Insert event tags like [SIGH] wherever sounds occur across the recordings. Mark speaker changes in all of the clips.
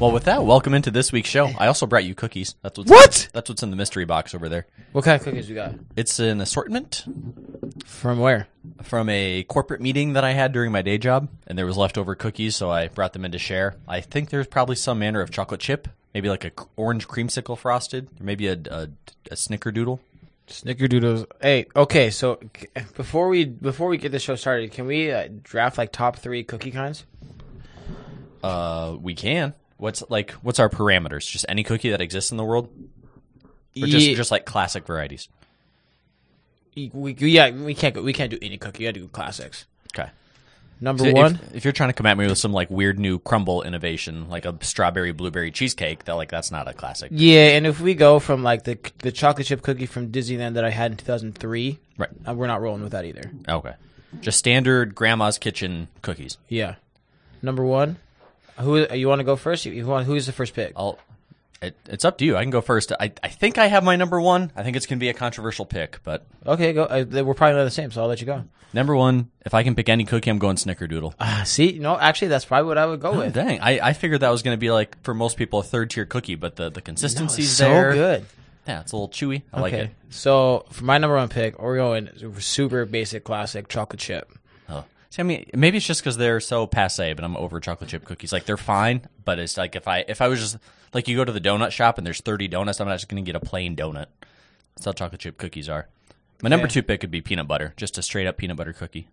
Speaker 1: Well, with that, welcome into this week's show. I also brought you cookies. That's what's
Speaker 2: What?
Speaker 1: that's what's in the mystery box over there.
Speaker 2: What kind of cookies you got?
Speaker 1: It's an assortment
Speaker 2: From where?
Speaker 1: from a corporate meeting that I had during my day job, and there was leftover cookies, so I brought them in to share. I think there's probably some manner of chocolate chip, maybe like a c- orange creamsicle frosted, or maybe a, a, a snickerdoodle.
Speaker 2: Snickerdoodles. Hey, okay. So c- before we before we get the show started, can we uh, draft like top three cookie kinds?
Speaker 1: Uh, we can. What's like? What's our parameters? Just any cookie that exists in the world, or just
Speaker 2: Ye-
Speaker 1: just like classic varieties?
Speaker 2: we, yeah, we can't go, we can't do any cookie. You got to do classics.
Speaker 1: Okay.
Speaker 2: Number
Speaker 1: So if-
Speaker 2: one.
Speaker 1: If, you're trying to come at me with some like weird new crumble innovation, like a strawberry blueberry cheesecake, that like that's not a classic.
Speaker 2: Yeah, and if we go from like the the chocolate chip cookie from Disneyland that I had in 2003,
Speaker 1: Right.
Speaker 2: uh, we're not rolling with that either.
Speaker 1: Okay. Just standard grandma's kitchen cookies.
Speaker 2: Yeah. Number one. Who you want to go first? You, you want who's the first pick?
Speaker 1: I'll. It, it's up to you. I can go first. I, I think I have my number one. I think it's going to be a controversial pick, but
Speaker 2: Okay, go. Uh, they- we're probably not the same, so I'll let you go.
Speaker 1: number one, if I can pick any cookie, I'm going
Speaker 2: [LAUGHS]
Speaker 1: Snickerdoodle.
Speaker 2: Uh, see, no, actually, that's probably what I would [GASPS] go
Speaker 1: Oh,
Speaker 2: with.
Speaker 1: dang, I, I figured that was going to be like for most people a third tier cookie, but the the consistency's
Speaker 2: so
Speaker 1: there.
Speaker 2: good.
Speaker 1: Yeah, it's a little chewy. I like
Speaker 2: Okay,
Speaker 1: it.
Speaker 2: so for my number one pick, Oreo and super basic classic chocolate chip.
Speaker 1: Oh. See, I mean, maybe it's just because they're so passe, but I'm over chocolate chip cookies. Like they're fine, but it's like if I if I was just like you go to the donut shop and there's 30 donuts, I'm not just going to get a plain donut. That's how chocolate chip cookies are. My number
Speaker 2: Okay.
Speaker 1: two pick would be peanut butter, just a straight up peanut butter cookie.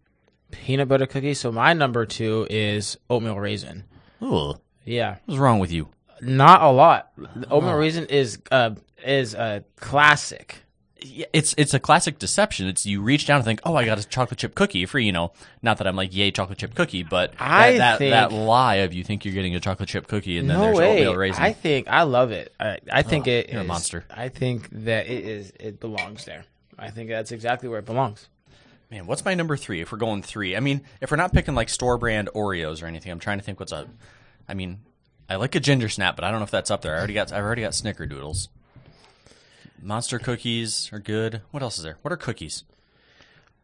Speaker 2: Peanut butter cookie. So my number two is oatmeal raisin.
Speaker 1: Ooh,
Speaker 2: Yeah,
Speaker 1: what's wrong with you?
Speaker 2: not a lot. Oatmeal raisin is uh is a classic.
Speaker 1: Yeah, It's it's a classic deception. It's you reach down and think, oh, I got a chocolate chip cookie for you know. Not that I'm like, yay, chocolate chip cookie, but
Speaker 2: I
Speaker 1: that that,
Speaker 2: think-
Speaker 1: that lie of you think you're getting a chocolate chip cookie and then
Speaker 2: no
Speaker 1: there's "Oh,
Speaker 2: way.
Speaker 1: oatmeal raisin. Oh,
Speaker 2: I think I love it. I, I think it.
Speaker 1: you're a
Speaker 2: is-
Speaker 1: monster.
Speaker 2: I think that it is. It belongs there. I think that's exactly where it belongs.
Speaker 1: Man, what's my number three? If we're going three, I mean, if we're not picking like store brand Oreos or anything, I'm trying to think what's up. I mean, I like a ginger snap, but I don't know if that's up there. I already got, I've already got Snickerdoodles. Monster cookies are good. What else is there? What are cookies?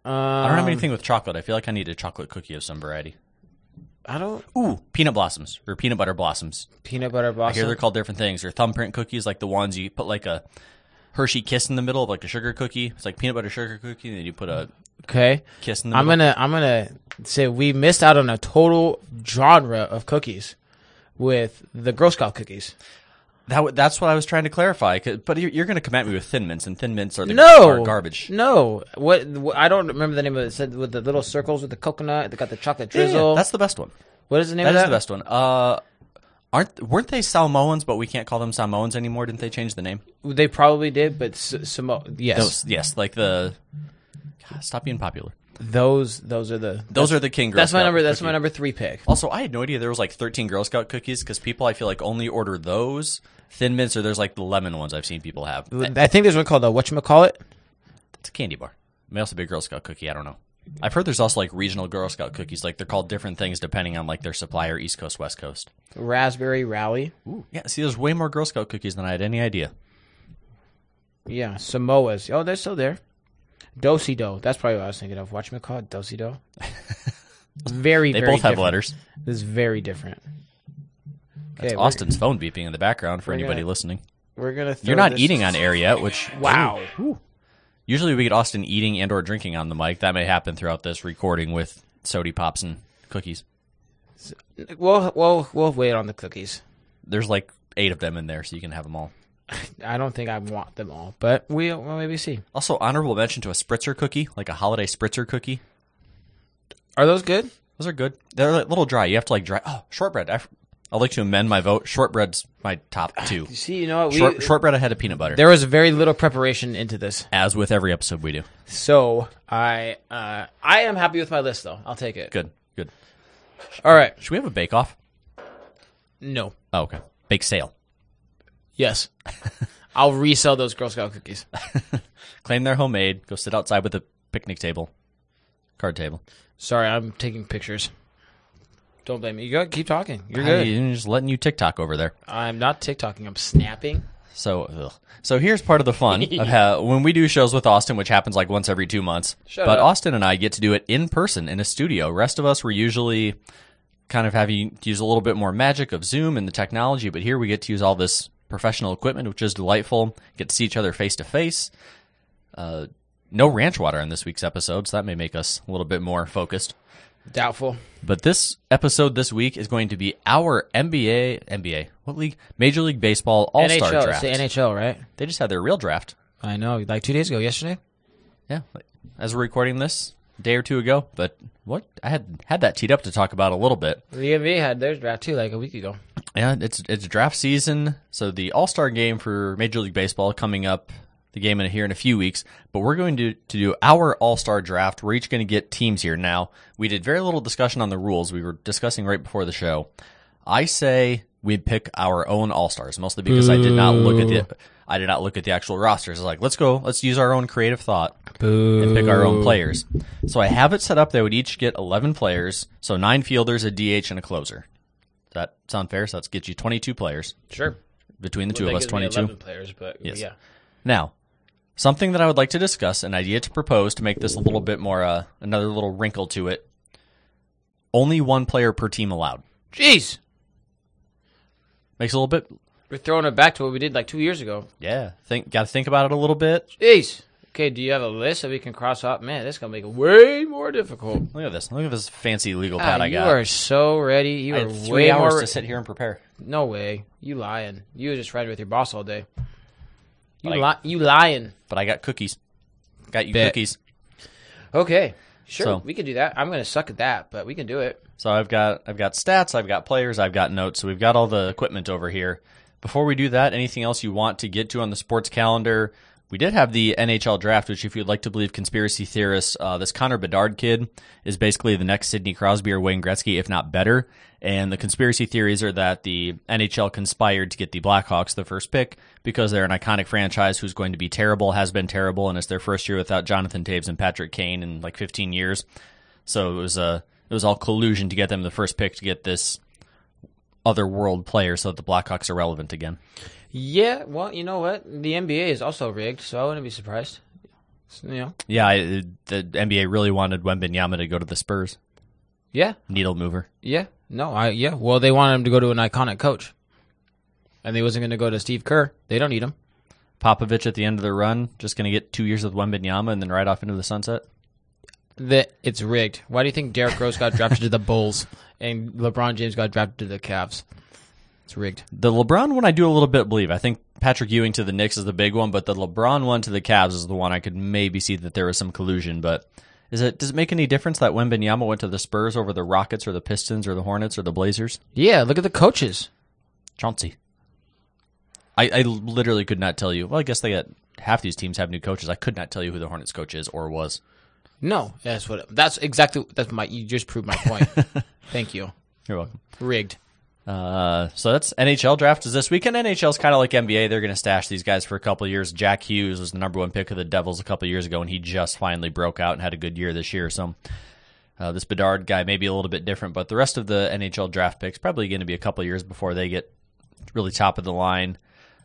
Speaker 2: Um,
Speaker 1: I don't have anything with chocolate. I feel like I need a chocolate cookie of some variety.
Speaker 2: I don't.
Speaker 1: Ooh, peanut blossoms or peanut butter blossoms.
Speaker 2: Peanut butter
Speaker 1: I hear
Speaker 2: blossom.
Speaker 1: they're called different things. Or thumbprint cookies, like the ones you put like a Hershey kiss in the middle of like a sugar cookie. It's like peanut butter sugar cookie, and then you put a
Speaker 2: Okay.
Speaker 1: kiss in the middle.
Speaker 2: I'm gonna. I'm gonna say we missed out on a total genre of cookies with the Girl Scout cookies.
Speaker 1: That w- that's what I was trying to clarify. 'cause- But you're, you're going to come at me with Thin Mints, and Thin Mints are the
Speaker 2: No
Speaker 1: are garbage.
Speaker 2: No. What, what? I don't remember the name of it. it. Said with the little circles with the coconut. They got the chocolate drizzle.
Speaker 1: that's the best one.
Speaker 2: what is the name
Speaker 1: That
Speaker 2: of
Speaker 1: is
Speaker 2: that?
Speaker 1: the best one. Uh, aren't weren't they Salmoans? But we can't call them Salmoans anymore. Didn't they change the name?
Speaker 2: They probably did, but S- Samo- yes,
Speaker 1: Those, yes, like the. God, stop being popular.
Speaker 2: those those are the
Speaker 1: Those are the king. Girl
Speaker 2: That's my
Speaker 1: Scout
Speaker 2: number. That's
Speaker 1: cookie.
Speaker 2: my number three pick.
Speaker 1: Also, I had no idea there was like 13 Girl Scout cookies because people I feel like only order those Thin Mints or there's like the lemon ones I've seen people have.
Speaker 2: I think there's one called the whatchamacallit.
Speaker 1: It's a candy bar. May also be a Girl Scout cookie. I don't know. I've heard there's also like regional Girl Scout cookies. Like they're called different things depending on like their supplier, East Coast, West Coast.
Speaker 2: Raspberry Rally.
Speaker 1: Ooh, yeah. See, there's way more Girl Scout cookies than I had any idea.
Speaker 2: Yeah, Samoas. Oh, they're still there. Dosey Do. That's probably what I was thinking of. Whatchamacallit, Dosey Do.
Speaker 1: [LAUGHS]
Speaker 2: Very,
Speaker 1: They
Speaker 2: very
Speaker 1: both have
Speaker 2: different.
Speaker 1: letters.
Speaker 2: This is very different.
Speaker 1: That's
Speaker 2: Okay, we're-
Speaker 1: Austin's phone beeping in the background for
Speaker 2: we're
Speaker 1: anybody
Speaker 2: gonna-
Speaker 1: listening.
Speaker 2: We're, gonna. Throw
Speaker 1: You're not
Speaker 2: this-
Speaker 1: eating on air yet, which
Speaker 2: [LAUGHS] Wow.
Speaker 1: usually we get Austin eating and or drinking on the mic. That may happen throughout this recording with sody pops and cookies.
Speaker 2: Well, well, we'll wait on the cookies.
Speaker 1: There's like eight of them in there, so you can have them all.
Speaker 2: I don't think I want them all, but we'll, we'll maybe see.
Speaker 1: Also, honorable mention to a spritzer cookie, like a holiday spritzer cookie.
Speaker 2: Are those good?
Speaker 1: Those are good. They're a little dry. You have to like dry. Oh, shortbread. I, f- I'd like to amend my vote. Shortbread's my top two.
Speaker 2: See, Ah, you know what? We,
Speaker 1: Short, shortbread ahead of peanut butter.
Speaker 2: there was very little preparation into this.
Speaker 1: as with every episode we do.
Speaker 2: So I uh, I am happy with my list though. I'll take it.
Speaker 1: Good, good.
Speaker 2: All right.
Speaker 1: Should we have a bake off?
Speaker 2: No.
Speaker 1: Oh, okay. Bake sale.
Speaker 2: Yes. [LAUGHS] I'll resell those Girl Scout cookies.
Speaker 1: Claim they're homemade. Go sit outside with a picnic table, card table.
Speaker 2: Sorry, I'm taking pictures. Don't blame me. You gotta keep talking. You're good.
Speaker 1: I'm just letting you TikTok over there.
Speaker 2: I'm not TikToking. I'm snapping.
Speaker 1: So, ugh. so here's part of the
Speaker 2: [LAUGHS]
Speaker 1: fun of how, when we do shows with Austin, which happens like once every two months.
Speaker 2: Shut
Speaker 1: but
Speaker 2: up.
Speaker 1: Austin and I get to do it in person in a studio. Rest of us were usually kind of have you use a little bit more magic of Zoom and the technology, but here we get to use all this professional equipment, which is delightful. Get to see each other face to face. Uh, No ranch water in this week's episode, so that may make us a little bit more focused.
Speaker 2: Doubtful.
Speaker 1: But this episode this week is going to be our NBA, NBA, what league? Major League Baseball All Star
Speaker 2: NHL.
Speaker 1: Draft.
Speaker 2: It's the NHL, right?
Speaker 1: They just had their real draft.
Speaker 2: I know. Like two days ago, yesterday.
Speaker 1: Yeah, like, as we're recording this, a day or two ago. But what I had had that teed up to talk about a little bit.
Speaker 2: The NBA had theirs draft too, like a week ago.
Speaker 1: Yeah, it's it's draft season, so the All Star game for Major League Baseball coming up. The game in here in a few weeks, but we're going to to do our All Star draft. We're each going to get teams here. Now we did very little discussion on the rules. We were discussing right before the show. I say we pick our own All Stars mostly because I did not look at the I did not look at the actual rosters. It's like let's go, let's use our own creative thought
Speaker 2: Boo.
Speaker 1: and pick our own players. So I have it set up. They would each get 11 players. So nine fielders, a DH, and a closer. Does that sound fair? So that's get you 22 players
Speaker 2: Sure.
Speaker 1: between the two
Speaker 2: That
Speaker 1: of us.
Speaker 2: gives me
Speaker 1: 22.
Speaker 2: 11 players, but yeah.
Speaker 1: Now, something that I would like to discuss, an idea to propose to make this a little bit more, uh, another little wrinkle to it. Only one player per team allowed.
Speaker 2: Jeez.
Speaker 1: Makes a little bit.
Speaker 2: We're throwing it back to what we did like two years ago.
Speaker 1: Yeah, think got to think about it a little bit.
Speaker 2: Jeez. Okay, do you have a list that we can cross off? Man, this is gonna make it way more difficult.
Speaker 1: Look at this. Look at this fancy legal
Speaker 2: Ah,
Speaker 1: pad I
Speaker 2: you
Speaker 1: got.
Speaker 2: are so ready. You
Speaker 1: I
Speaker 2: are
Speaker 1: had
Speaker 2: way
Speaker 1: three hours
Speaker 2: more.
Speaker 1: to sit here and prepare.
Speaker 2: No way. You lying. You were just riding with your boss all day. You
Speaker 1: But
Speaker 2: li- you lying.
Speaker 1: But I got cookies. Got you
Speaker 2: Bet.
Speaker 1: cookies.
Speaker 2: Okay. Sure,
Speaker 1: So-
Speaker 2: we can do that. I'm gonna suck at that, but we can do it.
Speaker 1: So I've got I've got stats, I've got players, I've got notes. So we've got all the equipment over here. Before we do that, anything else you want to get to on the sports calendar? We did have the NHL draft, which, if you'd like to believe conspiracy theorists, uh, this Connor Bedard kid is basically the next Sidney Crosby or Wayne Gretzky, if not better. And the conspiracy theories are that the NHL conspired to get the Blackhawks the first pick because they're an iconic franchise who's going to be terrible, has been terrible, and it's their first year without Jonathan Taves and Patrick Kane in like 15 years. So it was uh, it was all collusion to get them the first pick to get this other world player so that the Blackhawks are relevant again.
Speaker 2: Yeah. Well, you know what? The NBA is also rigged, so I wouldn't be surprised. So, you know.
Speaker 1: Yeah, I, the NBA really wanted Wembenyama to go to the Spurs.
Speaker 2: Yeah.
Speaker 1: Needle mover.
Speaker 2: Yeah. No. I. Yeah. Well, they wanted him to go to an iconic coach, and they wasn't gonna go to Steve Kerr. They don't need him.
Speaker 1: Popovich at the end of the run, just going to get two years with Wembenyama and then right off into the sunset.
Speaker 2: That it's rigged. Why do you think Derrick Rose got drafted to the Bulls and LeBron James got drafted to the Cavs? It's rigged.
Speaker 1: The LeBron one, I do a little bit believe. I think Patrick Ewing to the Knicks is the big one, but the LeBron one to the Cavs is the one I could maybe see that there was some collusion. But is it does it make any difference that Wembenyama went to the Spurs over the Rockets or the Pistons or the Hornets or the Blazers?
Speaker 2: Yeah, look at the coaches.
Speaker 1: Chauncey. I, I literally could not tell you. Well, I guess they got half these teams have new coaches. I could not tell you who the Hornets coach is or was.
Speaker 2: No, that's what. That's exactly. That's my. You just proved my [LAUGHS] point. Thank you.
Speaker 1: You're welcome.
Speaker 2: Rigged.
Speaker 1: Uh, so that's NHL draft is this weekend. NHL's kind of like NBA. They're going to stash these guys for a couple of years. Jack Hughes was the number one pick of the Devils a couple of years ago, and he just finally broke out and had a good year this year. So uh, this Bedard guy may be a little bit different, but the rest of the NHL draft picks probably going to be a couple of years before they get really top of the line.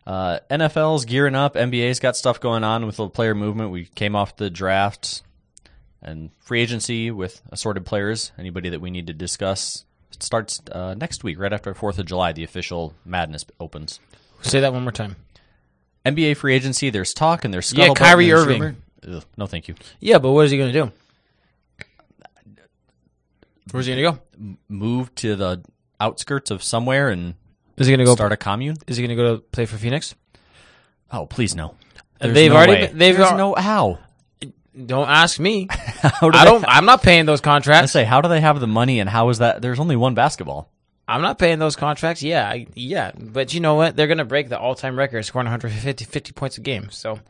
Speaker 1: Uh, NFL's gearing up. NBA's got stuff going on with the player movement. We came off the draft and free agency with assorted players. Anybody that we need to discuss It starts uh, next week, right after Fourth of July. The official madness opens.
Speaker 2: Say that one more time.
Speaker 1: NBA free agency. There's talk and there's
Speaker 2: Yeah,
Speaker 1: scuttlebutt. and
Speaker 2: Kyrie
Speaker 1: there's
Speaker 2: Irving.
Speaker 1: rumor. Ugh, no, thank you.
Speaker 2: Yeah, but what is he going to do? Where's he going to go?
Speaker 1: Move to the outskirts of somewhere and
Speaker 2: Is he going to go?
Speaker 1: start a commune.
Speaker 2: Is he going to go to play for Phoenix?
Speaker 1: Oh, please no.
Speaker 2: They've
Speaker 1: no
Speaker 2: already
Speaker 1: way.
Speaker 2: been- they've
Speaker 1: There's
Speaker 2: al-
Speaker 1: no
Speaker 2: [LAUGHS]
Speaker 1: how.
Speaker 2: Don't ask [LAUGHS] me.
Speaker 1: How do
Speaker 2: I
Speaker 1: they-
Speaker 2: don't. I'm not paying those
Speaker 1: I
Speaker 2: contracts.
Speaker 1: say, how do they have the money and how is that? There's only one basketball.
Speaker 2: I'm not paying those contracts. Yeah, I, yeah. But you know what? They're going to break the all-time record, scoring 150 50 points a game. So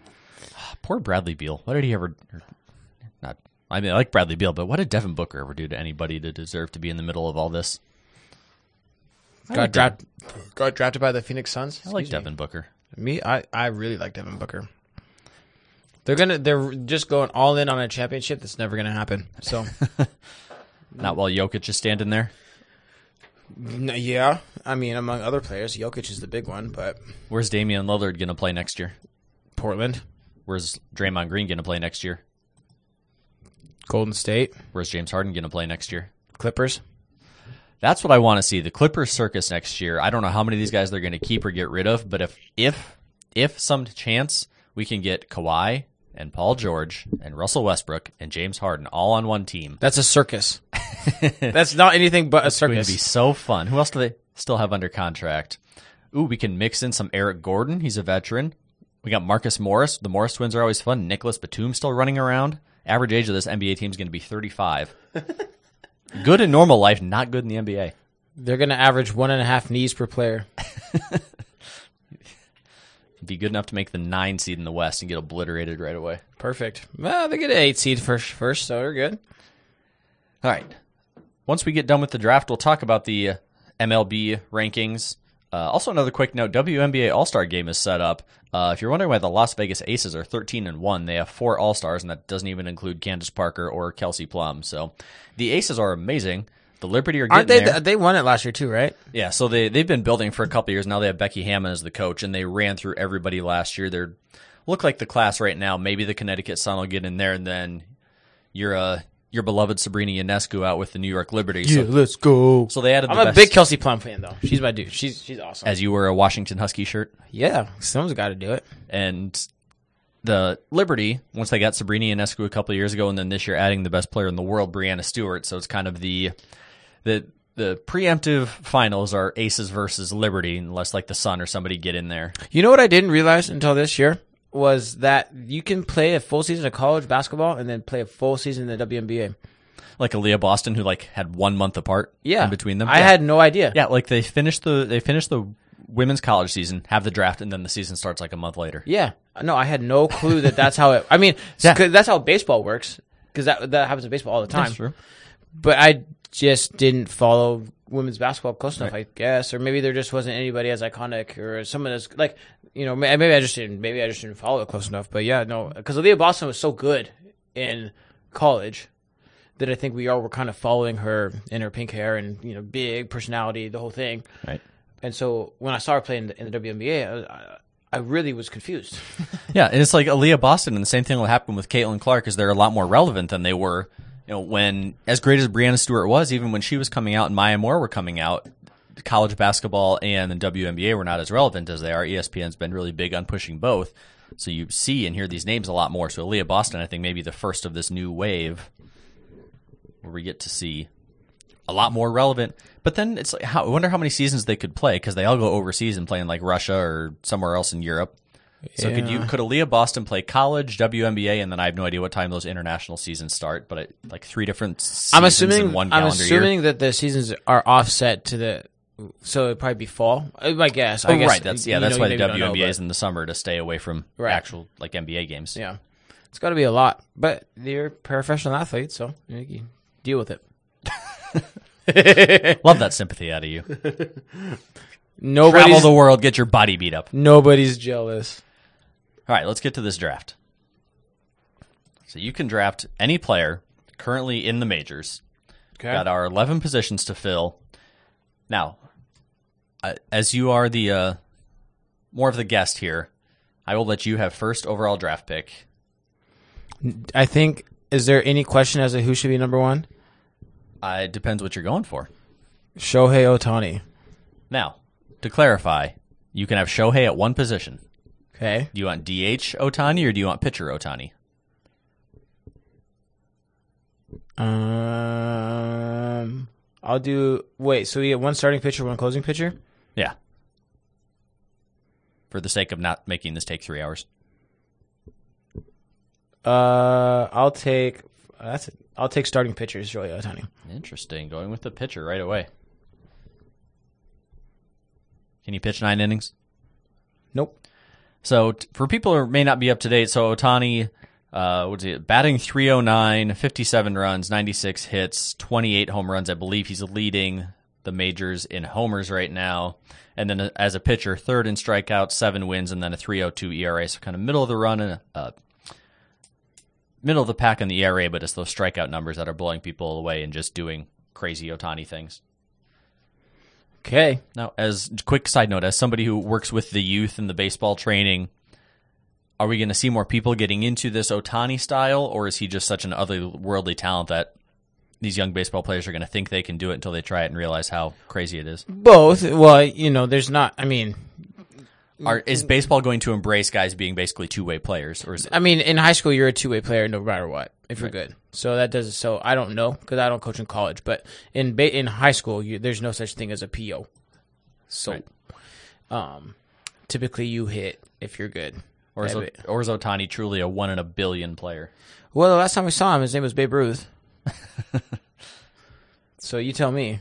Speaker 1: Poor Bradley Beal. What did he ever? or Not. I mean, I like Bradley Beal, but what did Devin Booker ever do to anybody to deserve to be in the middle of all this? I
Speaker 2: got
Speaker 1: like
Speaker 2: drafted. Got drafted by the Phoenix Suns.
Speaker 1: I like
Speaker 2: Excuse me.
Speaker 1: Devin Booker.
Speaker 2: Me, I, I really like Devin Booker. They're gonna they're just going all in on a championship that's never gonna happen. [LAUGHS] So
Speaker 1: Not while Jokic is standing there.
Speaker 2: n- yeah, I mean among other players, Jokic is the big one, but
Speaker 1: Where's Damian Lillard going to play next year?
Speaker 2: Portland,
Speaker 1: Where's Draymond Green going to play next year?
Speaker 2: Golden State,
Speaker 1: Where's James Harden going to play next year?
Speaker 2: Clippers.
Speaker 1: That's what I want to see. The Clippers circus next year. I don't know how many of these guys they're going to keep or get rid of, but if if if some chance we can get Kawhi and Paul George and Russell Westbrook and James Harden all on one team,
Speaker 2: That's a [LAUGHS] circus. That's not anything but a
Speaker 1: it's going to be
Speaker 2: circus.
Speaker 1: so fun. Who else do they still have under contract? Ooh, we can mix in some Eric Gordon. He's a veteran. We got Marcus Morris. The Morris twins are always fun. Nicholas Batum still running around. Average age of this NBA team is going to be 35. good in normal life, not good in the NBA.
Speaker 2: They're going to average one and a half knees per player.
Speaker 1: Be good enough to make the nine seed in the West and get obliterated right away.
Speaker 2: Perfect. Well, they get an eight seed first, first so they're good.
Speaker 1: All right. Once we get done with the draft, we'll talk about the uh, MLB rankings. Uh, also, another quick note: WNBA All Star Game is set up. Uh, if you're wondering why the Las Vegas Aces are 13 and one, they have four All Stars, and that doesn't even include Candace Parker or Kelsey Plum. So, the Aces are amazing. The Liberty are getting
Speaker 2: Aren't they?
Speaker 1: there.
Speaker 2: They won it last year too, right?
Speaker 1: Yeah, so they they've been building for a couple years now. They have Becky Hammond as the coach, and they ran through everybody last year. They're look like the class right now. Maybe the Connecticut Sun will get in there, and then your uh, your beloved Sabrina Ionescu out with the New York Liberty. So,
Speaker 2: let's go.
Speaker 1: so they added. The
Speaker 2: I'm a
Speaker 1: best-
Speaker 2: big Kelsey Plum fan though. She's my dude. She's she's awesome.
Speaker 1: as you were a Washington Husky shirt,
Speaker 2: yeah, someone's got to do it.
Speaker 1: and the Liberty once they got Sabrina Ionescu a couple years ago, and then this year adding the best player in the world, Brianna Stewart. So it's kind of the the the preemptive finals are Aces versus Liberty, unless like the Sun or somebody get in there.
Speaker 2: You know what I didn't realize until this year was that you can play a full season of college basketball and then play a full season in the WNBA.
Speaker 1: like Aaliyah Boston, who like had one month apart.
Speaker 2: Yeah,
Speaker 1: in between them.
Speaker 2: I
Speaker 1: yeah.
Speaker 2: had no idea.
Speaker 1: yeah, like they finished the they finished the women's college season, have the draft, and then the season starts like a month later.
Speaker 2: Yeah. No, I had no clue that that's how it. I mean,
Speaker 1: [LAUGHS]
Speaker 2: it's
Speaker 1: Yeah.
Speaker 2: 'cause that's how baseball works because that that happens in baseball all the time. But I just didn't follow women's basketball close enough, I guess, or maybe there just wasn't anybody as iconic or someone as like you know may- maybe I just didn't maybe I just didn't follow it close enough. But yeah, no, because Aaliyah Boston was so good in college that I think we all were kind of following her in her pink hair and you know big personality, the whole thing.
Speaker 1: Right.
Speaker 2: And so when I saw her playing in the, in the WNBA, I, I- I really was confused.
Speaker 1: Yeah, and it's like Aaliyah Boston, and the same thing will happen with Caitlin Clark, is they're a lot more relevant than they were. You know, when as great as Brianna Stewart was, even when she was coming out and Maya Moore were coming out, college basketball and the WNBA were not as relevant as they are. E ESPN's been really big on pushing both, so you see and hear these names a lot more. So Aaliyah Boston, I think, may be the first of this new wave where we get to see a lot more relevant. But then it's like, how, I wonder how many seasons they could play because they all go overseas and play in like Russia or somewhere else in Europe. So could you could Aaliyah Boston play college, WNBA, and then I have no idea what time those international seasons start, but it, like three different seasons
Speaker 2: I'm assuming
Speaker 1: in one
Speaker 2: I'm
Speaker 1: calendar year.
Speaker 2: assuming that the seasons are offset to the so it'd probably be fall. I I guess. I
Speaker 1: Oh,
Speaker 2: guess
Speaker 1: right, that's yeah,
Speaker 2: you
Speaker 1: that's
Speaker 2: know,
Speaker 1: why
Speaker 2: you
Speaker 1: the WNBA
Speaker 2: maybe don't know,
Speaker 1: is in the summer to stay away from
Speaker 2: Right.
Speaker 1: actual like NBA games.
Speaker 2: but, yeah. It's got to be a lot, but you're a professional athlete, so you can deal with it.
Speaker 1: Love that sympathy out of you. Travel
Speaker 2: Nobody's
Speaker 1: the world, get your body beat up.
Speaker 2: nobody's jealous.
Speaker 1: All right, let's get to this draft. So you can draft any player currently in the majors.
Speaker 2: Okay.
Speaker 1: Got our 11 positions to fill. Now, I- as you are the uh, more of the guest here, I will let you have first overall draft pick.
Speaker 2: I think is there any question as to who should be number 1?
Speaker 1: Uh, it depends what you're going for.
Speaker 2: Shohei Otani.
Speaker 1: Now, to clarify, you can have Shohei at one position.
Speaker 2: Okay.
Speaker 1: Do you want DH Otani or do you want pitcher Otani?
Speaker 2: Um I'll do wait, so we get one starting pitcher, one closing pitcher?
Speaker 1: Yeah. For the sake of not making this take three hours.
Speaker 2: Uh, I'll take that's it. I'll take starting pitchers, Joey Otani.
Speaker 1: Interesting. Going with the pitcher right away. Can you pitch nine innings?
Speaker 2: Nope.
Speaker 1: So t- for people who may not be up to date, so Otani, uh, what's he batting 309, 57 runs, 96 hits, 28 home runs. I believe he's leading the majors in homers right now. And then uh, as a pitcher, third in strikeouts, seven wins, and then E a 302 ERA. So kind of middle of the run and uh, middle of the pack in the ERA, but it's those strikeout numbers that are blowing people away and just doing crazy Otani things.
Speaker 2: Okay.
Speaker 1: Now, as quick side note, as somebody who works with the youth and the baseball training, are we going to see more people getting into this Otani style, or is he just such an otherworldly talent that these young baseball players are going to think they can do it until they try it and realize how crazy it
Speaker 2: Mm-hmm.
Speaker 1: is.
Speaker 2: Both. Well, you know, there's not. I mean,
Speaker 1: Are, is baseball going to embrace guys being basically two way players, or is it,
Speaker 2: I mean, in high school, you're a two way player no matter what if you're good. So that does so. I don't know because I don't coach in college, but in ba- in high school, you, there's no such thing as a PO. So,
Speaker 1: Right.
Speaker 2: um, typically you hit if you're good.
Speaker 1: or is,
Speaker 2: Yeah,
Speaker 1: it, or is Otani truly a one in a billion player?
Speaker 2: but- well, the last time we saw him, his name was Babe
Speaker 1: [LAUGHS]
Speaker 2: Ruth. so you tell me.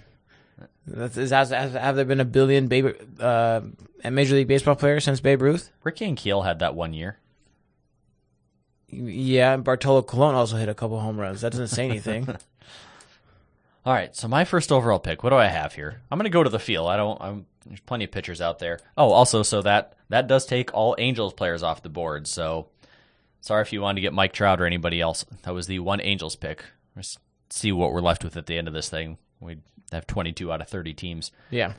Speaker 2: That's, is, has, has, have there been a billion Babe, uh, Major League Baseball players since Babe Ruth?
Speaker 1: Ricky and Keel had that one year.
Speaker 2: Yeah, and Bartolo Colon also hit a couple home runs. That doesn't say
Speaker 1: [LAUGHS]
Speaker 2: anything.
Speaker 1: All right, so my first overall pick. What do I have here? I'm going to go to the field. I don't. I'm, there's plenty of pitchers out there. Oh, also, so that that does take all Angels players off the board. So sorry if you wanted to get Mike Trout or anybody else. That was the one Angels pick. Let's see what we're left with at the end of this thing. We have 22 out of 30 teams.
Speaker 2: yeah.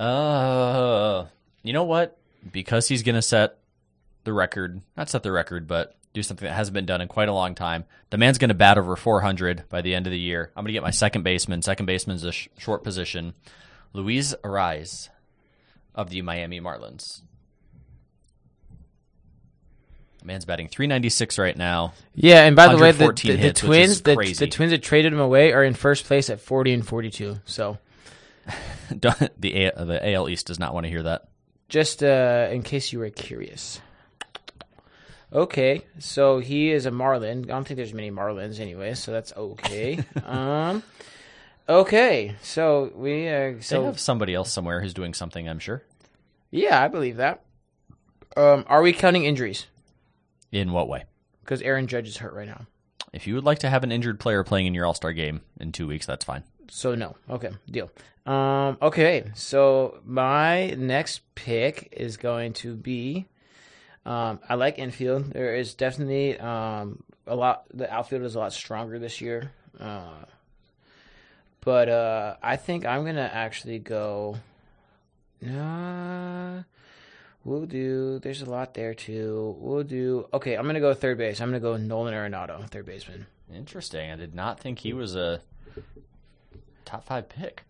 Speaker 1: Uh, you know what? Because he's going to set the record, not set the record, but do something that hasn't been done in quite a long time. The man's going to bat over 400 by the end of the year. I'm going to get my second baseman. Second baseman's a sh- short position. Luis Arise of the Miami Marlins. The man's batting 396 right now. [LAUGHS]
Speaker 2: Yeah, and by the way, the,
Speaker 1: 114
Speaker 2: the, the
Speaker 1: hits, which is
Speaker 2: twins, the,
Speaker 1: crazy.
Speaker 2: the twins that traded him away are in first place at forty and forty-two. So,
Speaker 1: the A- the AL East does not want to hear that.
Speaker 2: just uh, in case you were curious. Okay, so he is a Marlin. I don't think there's many Marlins anyway, so
Speaker 1: [LAUGHS]
Speaker 2: that's okay. um, okay, so we uh,
Speaker 1: They
Speaker 2: so
Speaker 1: have somebody else somewhere who's doing something, I'm sure.
Speaker 2: yeah, I believe that. Um, are we counting injuries?
Speaker 1: In what way?
Speaker 2: Because Aaron Judge is hurt right now.
Speaker 1: If you would like to have an injured player playing in your All Star game in two weeks, that's fine.
Speaker 2: So no. Okay, deal. Um, okay, so my next pick is going to be. Um, I like infield. There is definitely um, a lot. The outfield is a lot stronger this year. Uh, but uh, I think I'm gonna actually go. Uh, we'll do. There's a lot there too. We'll do. Okay, I'm gonna go third base. I'm gonna go Nolan Arenado, third baseman.
Speaker 1: Interesting. I did not think he was a top five pick.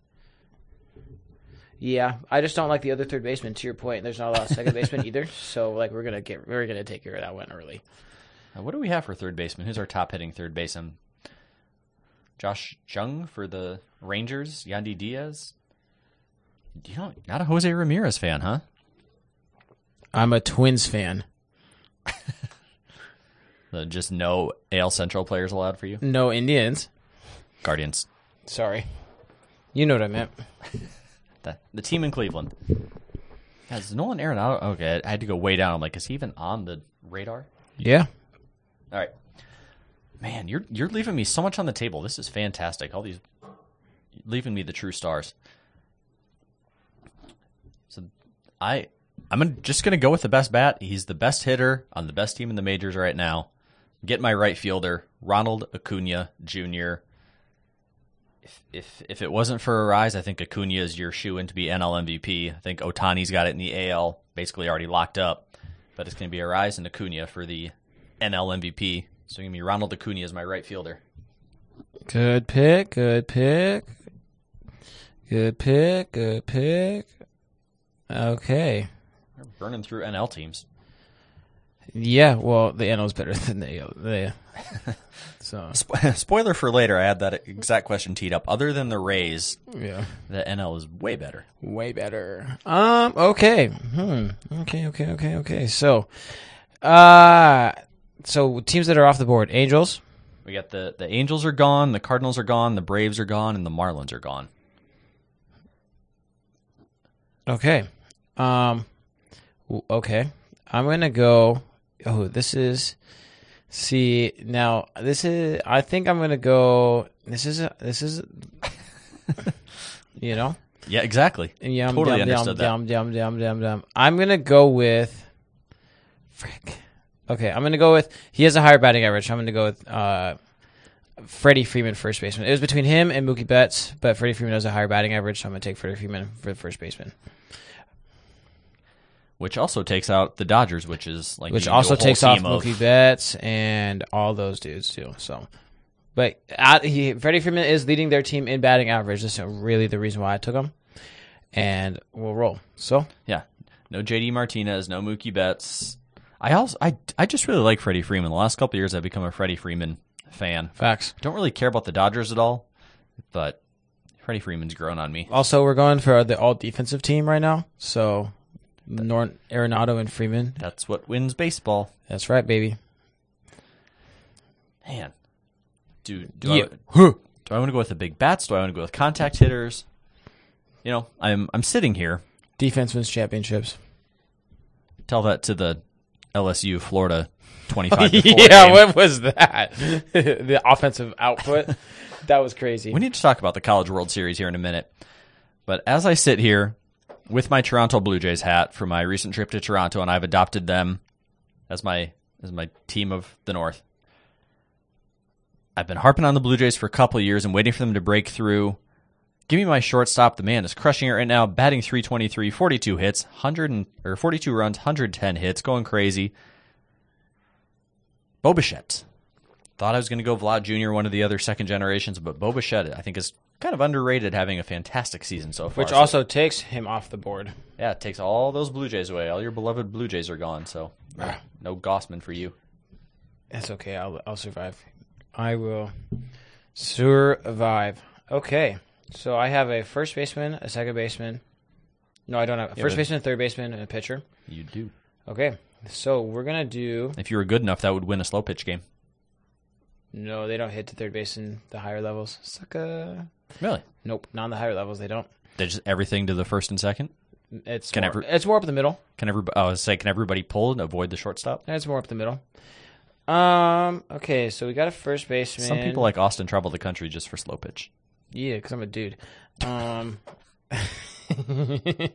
Speaker 2: Yeah, I just don't like the other third baseman. To your point, there's not a lot of second baseman either. [LAUGHS] So like we're gonna get we're gonna take care of that one early.
Speaker 1: Uh, what do we have for third baseman? Who's our top hitting third baseman? Josh Jung for the Rangers. Yandy Diaz. You know, not a Jose Ramirez fan, huh?
Speaker 2: I'm a Twins fan.
Speaker 1: Uh, just no AL Central players allowed for you.
Speaker 2: No Indians.
Speaker 1: Guardians.
Speaker 2: Sorry, you know what I meant.
Speaker 1: The, the team in Cleveland. Guys, Nolan Arenado. Okay, I had to go way down. I'm like, is he even on the radar?
Speaker 2: Yeah.
Speaker 1: All right. Man, you're you're leaving me so much on the table. This is fantastic. All these leaving me the true stars. So I I'm gonna- just going to go with the best bat. He's the best hitter on the best team in the majors right now. Get my right fielder, Ronald Acuña Jr. If if if it wasn't for a rise, I think Acuña is your shoe in to be NL MVP. I think Otani's got it in the AL, basically already locked up. But it's going to be a rise and Acuña for the NL MVP. So give me Ronald Acuna as my right fielder.
Speaker 2: Good pick. Good pick. Good pick. Good pick. Okay.
Speaker 1: We're burning through NL teams.
Speaker 2: Yeah. Well, the NL's better [LAUGHS] than the the. [LAUGHS] so
Speaker 1: [LAUGHS] Spoiler for later, I had that exact question teed up. Other than the Rays,
Speaker 2: yeah.
Speaker 1: the NL is way better.
Speaker 2: Way better. Um. Okay. Hmm. Okay. Okay. Okay. Okay. So, uh, so teams that are off the board: Angels,
Speaker 1: We got the the Angels are gone, the Cardinals are gone, the Braves are gone, and the Marlins are gone.
Speaker 2: Okay. Um w- okay. I'm going to go Oh, this is See, now this is I think I'm going to go this is a, this is [LAUGHS] you know.
Speaker 1: Yeah, exactly.
Speaker 2: Yum,
Speaker 1: totally
Speaker 2: yum,
Speaker 1: understood that.
Speaker 2: yum, yum, yum, yum, yum. I'm gonna go with frick. Okay, I'm gonna go with he has a higher batting average. I'm gonna go with uh, Freddie Freeman, first baseman. It was between him and Mookie Betts, but Freddie Freeman has a higher batting average, so I'm gonna take Freddie Freeman for the first baseman,
Speaker 1: Which also takes out the Dodgers, which is like
Speaker 2: which
Speaker 1: you can do a
Speaker 2: also
Speaker 1: whole
Speaker 2: takes off
Speaker 1: team of-
Speaker 2: Mookie Betts and all those dudes too. So But out, he, Freddie Freeman is leading their team in batting average. That's really the reason why I took him. And we'll roll. So
Speaker 1: Yeah. No JD Martinez, no Mookie Betts. I also I, I just really like Freddie Freeman. The last couple of years I've become a Freddie Freeman fan.
Speaker 2: facts.
Speaker 1: Don't really care about the Dodgers at all, but Freddie Freeman's grown on me.
Speaker 2: Also, we're going for the all defensive team right now. So Norton, Arenado, and Freeman.
Speaker 1: That's what wins baseball.
Speaker 2: That's right, baby.
Speaker 1: Man. Do do
Speaker 2: Yeah.
Speaker 1: I, do I want to go with the big bats? Do I want to go with contact hitters? You know, I'm I'm sitting here.
Speaker 2: Defense wins championships.
Speaker 1: Tell that to the LSU Florida 25 to 4
Speaker 2: [LAUGHS] yeah,
Speaker 1: game.
Speaker 2: what was that? [LAUGHS] the offensive output. that was crazy.
Speaker 1: We need to talk about the College World Series here in a minute. But as I sit here with my Toronto Blue Jays hat for my recent trip to Toronto, and I've adopted them as my as my team of the North. I've been harping on the Blue Jays for a couple of years and waiting for them to break through. Give me my shortstop. The man is crushing it right now, batting 323, 42 hits, 100 and, or 42 runs, 110 hits, going crazy. Bobichette. Thought I was going to go Vlad Jr., one of the other second generations, but Bobichette, I think, is kind of underrated having a fantastic season so far.
Speaker 2: Which
Speaker 1: So-
Speaker 2: also takes him off the board.
Speaker 1: yeah, it takes all those Blue Jays away. All your beloved Blue Jays are gone, so no,
Speaker 2: Ah.
Speaker 1: no Gossman for you.
Speaker 2: That's okay. I'll I'll survive. I will survive. Okay. So I have a first baseman, a second baseman. No, I don't have a first
Speaker 1: but-
Speaker 2: baseman, third baseman, and a pitcher.
Speaker 1: You do.
Speaker 2: Okay. So we're gonna do
Speaker 1: If you were good enough, that would win a slow pitch game.
Speaker 2: no, they don't hit to third base in the higher levels. Sucker.
Speaker 1: Really?
Speaker 2: Nope, not on the higher levels they don't.
Speaker 1: They just everything to the first and second.
Speaker 2: It's
Speaker 1: Can
Speaker 2: more,
Speaker 1: every-
Speaker 2: it's more up the middle.
Speaker 1: Can everybody? I was say, can everybody pull and avoid the shortstop?
Speaker 2: It's more up the middle. Um. Okay. So we got a first baseman.
Speaker 1: Some people like Austin travel the country just for slow pitch.
Speaker 2: Yeah, because I'm a dude. Um.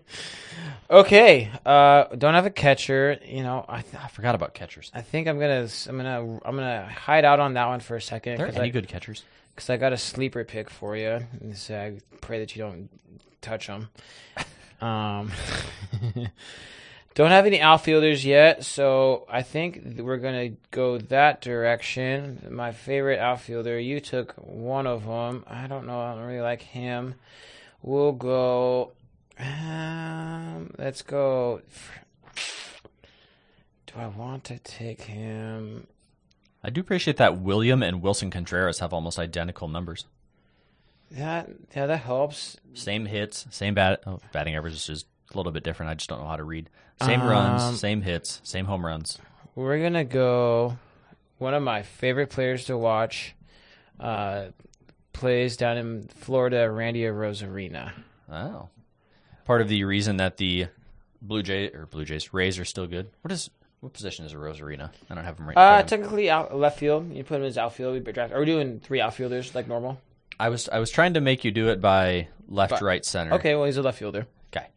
Speaker 2: [LAUGHS] okay. Uh, don't have a catcher. You know, I th-
Speaker 1: I forgot about catchers.
Speaker 2: I think I'm gonna s- I'm gonna I'm gonna hide out on that one for a second
Speaker 1: Are there
Speaker 2: because
Speaker 1: any
Speaker 2: I,
Speaker 1: good catchers?
Speaker 2: 'cause I got a sleeper pick for you. and So I pray that you don't touch them. Um. [LAUGHS] Don't have any outfielders yet, so I think th- we're gonna go that direction. My favorite outfielder, you took one of them. I don't know. I don't really like him. We'll go. Um, let's go. Do I want to take him?
Speaker 1: I do appreciate that William and Wilson Contreras have almost identical numbers.
Speaker 2: That yeah, that helps.
Speaker 1: Same hits, same bat oh, batting average is just a little bit different. I just don't know how to read. Same
Speaker 2: Um,
Speaker 1: runs, same hits, same home runs.
Speaker 2: We're gonna go. One of my favorite players to watch uh, plays down in Florida, Randy Rosarina.
Speaker 1: Oh. Part of the reason that the Blue Jay or Blue Jays Rays are still good. What is what position is a Rosarina? I don't have him right. in
Speaker 2: Uh,
Speaker 1: front of me.
Speaker 2: technically out, left field. You put him as outfield. We draft. Are we doing three outfielders like normal?
Speaker 1: I was I was trying to make you do it by left,
Speaker 2: But-
Speaker 1: right, center.
Speaker 2: Okay, well he's a left fielder.
Speaker 1: Okay.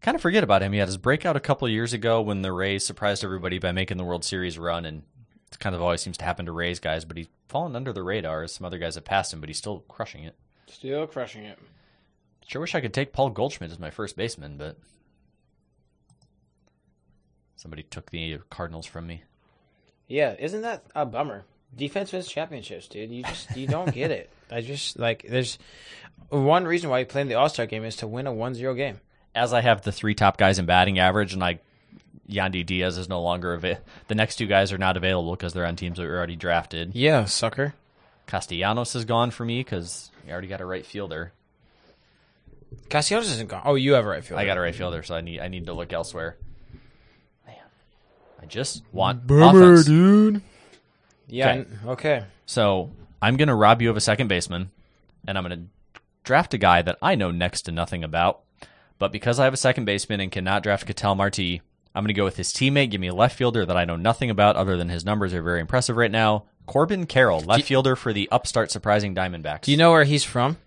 Speaker 1: Kind of forget about him. He had his breakout a couple of years ago when the Rays surprised everybody by making the World Series run, and it kind of always seems to happen to Rays guys. But he's fallen under the radar as some other guys have passed him, but he's still crushing it.
Speaker 2: Still crushing it.
Speaker 1: Sure wish I could take Paul Goldschmidt as my first baseman, but somebody took the Cardinals from me.
Speaker 2: Yeah, isn't that a bummer? Defense wins championships, dude. You just you don't get it. [LAUGHS] I just like there's one reason why you play in the All Star game is to win a 1-0 game.
Speaker 1: as I have the three top guys in batting average, and I Yandy Diaz is no longer available. The next two guys are not available because they're on teams that were already drafted.
Speaker 2: Yeah, sucker.
Speaker 1: Castellanos is gone for me because I already got a right fielder.
Speaker 2: Castellanos isn't gone. Oh, you have a right fielder.
Speaker 1: I got a right fielder, so I need I need to look elsewhere. Man, I just want offense.
Speaker 2: dude. Yeah.
Speaker 1: Okay.
Speaker 2: n- Okay.
Speaker 1: So I'm gonna rob you of a second baseman, and I'm gonna draft a guy that I know next to nothing about. But because I have a second baseman and cannot draft Cattell Marti, I'm gonna go with his teammate. Give me a left fielder that I know nothing about, other than his numbers are very impressive right now. Corbin Carroll, left fielder for the upstart surprising Diamondbacks.
Speaker 2: Do you know where he's from?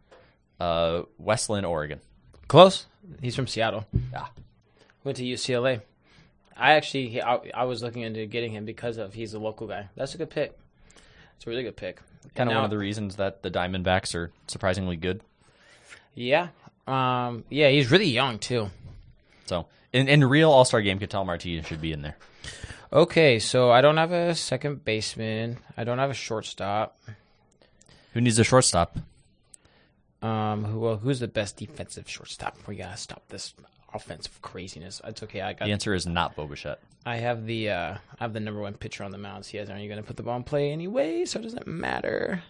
Speaker 1: uh, Westland, Oregon?
Speaker 2: Close. He's from Seattle.
Speaker 1: Ah,
Speaker 2: Went to UCLA. I actually he- I, I was looking into getting him because of he's a local guy. That's a good pick. It's a really good pick.
Speaker 1: kind
Speaker 2: And
Speaker 1: of
Speaker 2: now-
Speaker 1: one of the reasons that the Diamondbacks are surprisingly good.
Speaker 2: yeah. Um, yeah, he's really young too.
Speaker 1: So in in real All Star game, Cattell Marti should be in there.
Speaker 2: Okay, so I don't have a second baseman. I don't have a shortstop.
Speaker 1: Who needs a shortstop?
Speaker 2: Um, who well, who's the best defensive shortstop? We gotta stop this offensive craziness. It's okay. I got.
Speaker 1: The answer is not Bobuchet.
Speaker 2: I have the uh, I have the number one pitcher on the mound. So you guys aren't going to put the ball in play anyway, so it doesn't matter.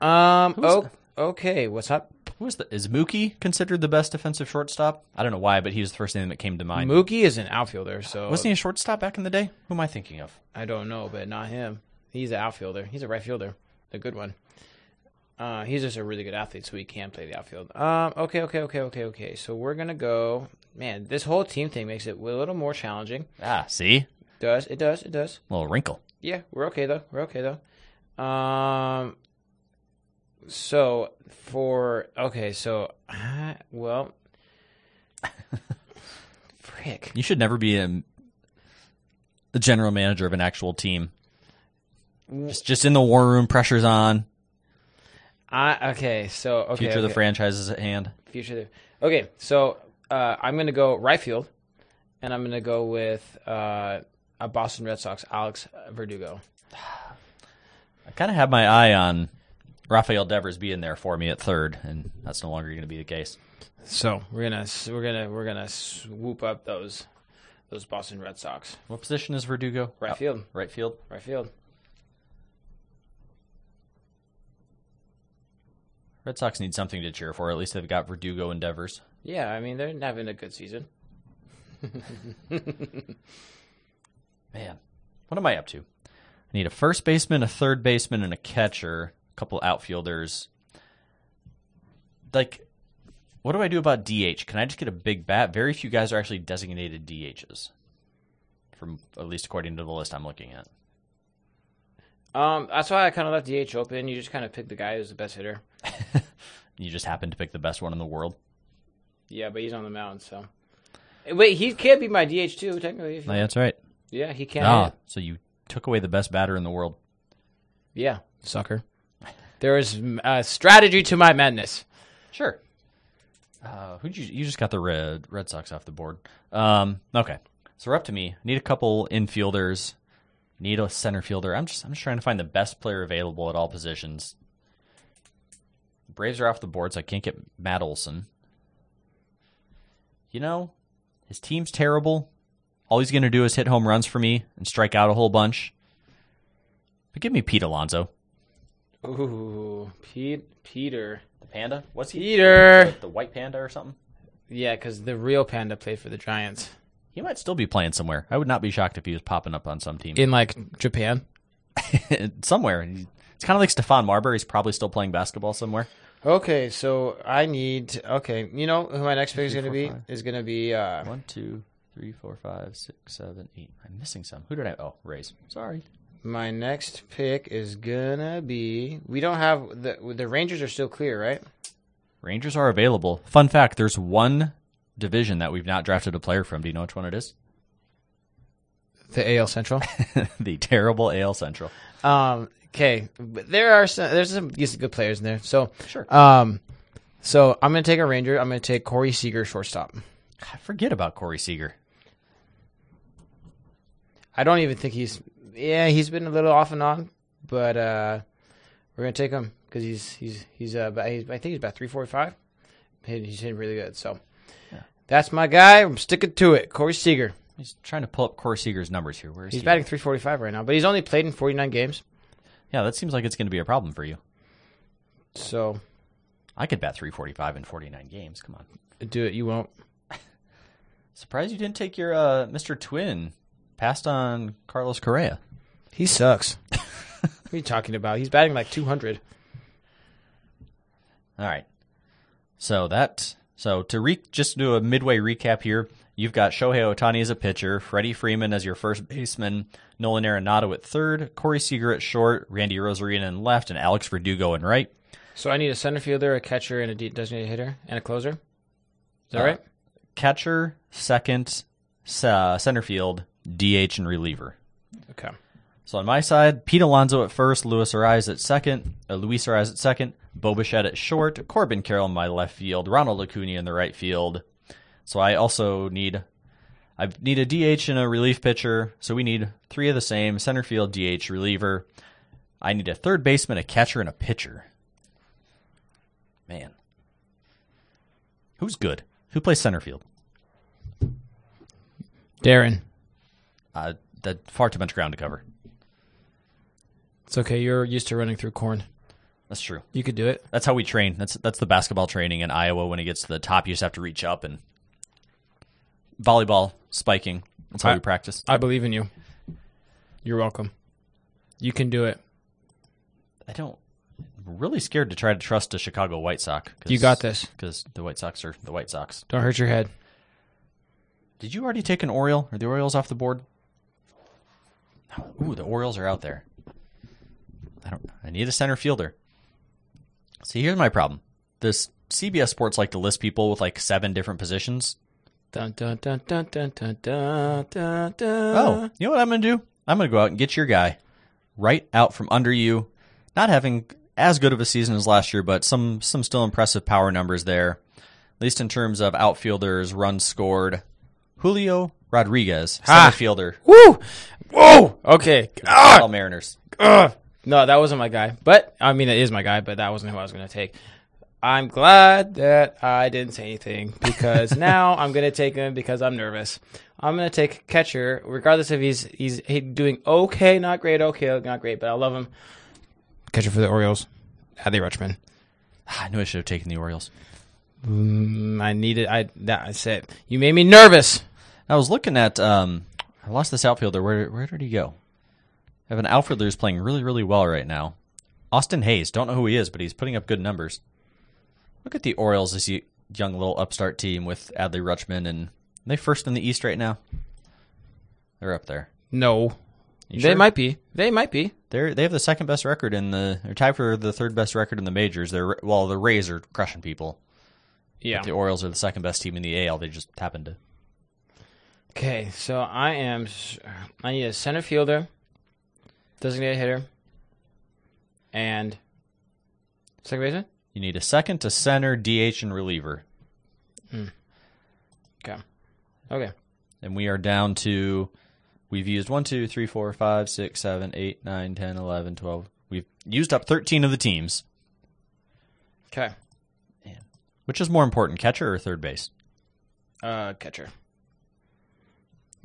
Speaker 2: Um.
Speaker 1: Who's-
Speaker 2: Oh, okay. What's up?
Speaker 1: Who's the is Mookie considered the best defensive shortstop? I don't know why, but he was the first name that came to mind.
Speaker 2: Mookie is an outfielder, so
Speaker 1: Wasn't he a shortstop back in the day? Who am I thinking of?
Speaker 2: I don't know, but not him. He's an outfielder. He's a right fielder. The good one. Uh, he's just a really good athlete, so he can play the outfield. Um, okay, okay, okay, okay, okay. So we're gonna go. Man, this whole team thing makes it a little more challenging.
Speaker 1: Ah, see,
Speaker 2: Does it? Does it? Does.
Speaker 1: little wrinkle.
Speaker 2: Yeah, we're okay though. We're okay though. Um. So for okay, so uh,
Speaker 1: [LAUGHS]
Speaker 2: well, frick.
Speaker 1: You should never be a, the general manager of an actual team. Just, just in the war room, pressure's on.
Speaker 2: I okay. So okay.
Speaker 1: Future of the
Speaker 2: okay.
Speaker 1: franchise is at hand.
Speaker 2: Future. of the- Okay, so uh, I'm gonna go right field, and I'm gonna go with uh, a Boston Red Sox Alex Verdugo.
Speaker 1: I kind of had my eye on Rafael Devers being there for me at third, and that's no longer going to be the case.
Speaker 2: So we're gonna we're gonna we're gonna swoop up those those Boston Red Sox
Speaker 1: What position is Verdugo?
Speaker 2: right field.
Speaker 1: Right field.
Speaker 2: Right field.
Speaker 1: Red Sox need something to cheer for. At least they've got Verdugo and Devers.
Speaker 2: Yeah, I mean they're having a good season.
Speaker 1: Man, what am I up to? I need a first baseman, a third baseman, and a catcher, a couple outfielders. Like, what do I do about DH? Can I just get a big bat? Very few guys are actually designated DHs, from at least according to the list I'm looking at.
Speaker 2: Um, that's why I kind of left DH open. You just kind of pick the guy who's the best hitter.
Speaker 1: You just happen to pick the best one in the world.
Speaker 2: Yeah, but he's on the mound, so Eh, wait, he can be my DH too technically. If you,
Speaker 1: that's right.
Speaker 2: yeah, he can.
Speaker 1: Ah, so you took away the best batter in the world.
Speaker 2: Yeah, sucker. There is mm, a strategy to my madness.
Speaker 1: Sure. Uh, who you you just got the red Red Sox off the board? Um, okay, so we're up to me. Need a couple infielders. Need a center fielder. I'm just I'm just trying to find the best player available at all positions. Braves are off the board, so I can't get Matt Olson. You know, his team's terrible. All he's going to do is hit home runs for me and strike out a whole bunch. But give me Pete Alonso,
Speaker 2: Ooh, Pete, Peter.
Speaker 1: the panda. What's he?
Speaker 2: Peter.
Speaker 1: The white panda or something.
Speaker 2: Yeah, because the real panda played for the Giants
Speaker 1: He might still be playing somewhere. I would not be shocked if he was popping up on some team [LAUGHS]
Speaker 2: in like Japan.
Speaker 1: somewhere. He- It's kind of like Stefan Marbury. He's probably still playing basketball somewhere.
Speaker 2: Okay, so I need. Okay, you know who my next pick is going to be is going to be. Uh,
Speaker 1: One, two, three, four, five, six, seven, eight. I'm missing some. Who did I? Oh, Rays. Sorry.
Speaker 2: my next pick is gonna be. We don't have the the Rangers are still clear, right?
Speaker 1: Rangers are available. Fun fact: There's one division that we've not drafted a player from. Do you know which one it is? [LAUGHS]
Speaker 2: The AL Central.
Speaker 1: the terrible AL Central.
Speaker 2: Um, okay, but there are some. There's some decent good players in there. So
Speaker 1: Sure.
Speaker 2: Um, so I'm gonna take a Ranger. I'm gonna take Corey Seager, shortstop.
Speaker 1: I forget about Corey Seager.
Speaker 2: I don't even think he's. Yeah, he's been a little off and on, but uh, we're gonna take him because he's he's he's uh about, he's, I think he's about three forty five. He's hitting really good. So that's my guy. I'm sticking to it. Corey Seager.
Speaker 1: He's trying to pull up Corey Seager's numbers here. Where is
Speaker 2: He's
Speaker 1: he?
Speaker 2: batting three forty five right now, but he's only played in forty nine games.
Speaker 1: Yeah, that seems like it's going to be a problem for you.
Speaker 2: So
Speaker 1: I could bat 345 in 49 games. Come on.
Speaker 2: do it. You won't.
Speaker 1: Surprised you didn't take your uh, Mr. Twin. Passed on Carlos Correa.
Speaker 2: He sucks. what are you talking about? He's batting like two hundred.
Speaker 1: All right. So that so to re- just do a midway recap here. You've got Shohei Otani as a pitcher, Freddie Freeman as your first baseman, Nolan Arenado at third, Corey Seager at short, Randy Rosarina in left, and Alex Verdugo in right.
Speaker 2: So I need a center fielder, a catcher, and a de- designated hitter, and a closer. Is that
Speaker 1: Uh,
Speaker 2: right?
Speaker 1: Catcher, second, s- uh, center field, DH, and reliever.
Speaker 2: Okay.
Speaker 1: So on my side, Pete Alonso at first, Luis Ariz at second, uh, Luis Ariz at second, Bobichette at short, Corbin Carroll in my left field, Ronald Acuna in the right field. So I also need, I need a DH and a relief pitcher. So we need three of the same: center field, DH, reliever. I need a third baseman, a catcher, and a pitcher. Man, who's good? Who plays center field?
Speaker 2: Darren.
Speaker 1: Uh, that far too much ground to cover.
Speaker 2: It's okay. You're used to running through corn.
Speaker 1: That's true.
Speaker 2: You could do it.
Speaker 1: That's how we train. That's that's the basketball training in Iowa. When it gets to the top, you just have to reach up and volleyball spiking. That's how
Speaker 2: I-
Speaker 1: we practice.
Speaker 2: I believe in you. You're welcome. You can do it.
Speaker 1: I don't. I'm really scared to try to trust a Chicago White Sox.
Speaker 2: You got this.
Speaker 1: because the White Sox are the White Sox.
Speaker 2: Don't hurt your head.
Speaker 1: Did you already take an Oriole? Are the Orioles off the board? Ooh, the Orioles are out there. I don't. I need a center fielder. See, here's my problem. This CBS Sports like to list people with like seven different positions.
Speaker 2: Dun, dun, dun, dun, dun, dun, dun, dun, dun.
Speaker 1: Oh, you know what I'm going to do? I'm going to go out and get your guy right out from under you. Not having as good of a season as last year, but some some still impressive power numbers there. At least in terms of outfielders, runs scored. Julio Rodriguez,
Speaker 2: Ah.
Speaker 1: center fielder,
Speaker 2: Woo! Whoa! Okay. Ah!
Speaker 1: Seattle Mariners.
Speaker 2: Ugh. No, that wasn't my guy. But I mean, it is my guy. But that wasn't who I was going to take. I'm glad that I didn't say anything [LAUGHS] because now I'm going to take him because I'm nervous. I'm going to take catcher, regardless if he's he's he doing okay, not great, okay, not great. But I love him. Catcher for the Orioles, Adley Rutschman.
Speaker 1: Ah, I knew I should have taken the Orioles.
Speaker 2: Mm, I needed. I that I said you made me nervous.
Speaker 1: I was looking at. Um, I lost this outfielder. Where where did he go? I have an outfielder who's playing really really well right now. Austin Hayes. Don't know who he is, but he's putting up good numbers. Look at the Orioles, this y- young little upstart team with Adley Rutschman, and they first in the East right now. They're up there.
Speaker 2: No,
Speaker 1: You
Speaker 2: they
Speaker 1: sure?
Speaker 2: might be. They might be.
Speaker 1: They're they have the second best record in the. They're tied for the third best record in the majors. They're well, the Rays are crushing people.
Speaker 2: Yeah.
Speaker 1: The Orioles are the second best team in the AL. They just happened to.
Speaker 2: Okay, so I am. s- I need a center fielder, designated hitter, and second baseman.
Speaker 1: You need a second, a center, DH, and reliever.
Speaker 2: Okay, okay.
Speaker 1: And we are down to we've used one, two, three, four, five, six, seven, eight, nine, 10, 11, 12. We've used up 13 of the teams.
Speaker 2: Okay,
Speaker 1: Which is more important, catcher or third base?
Speaker 2: uh, catcher.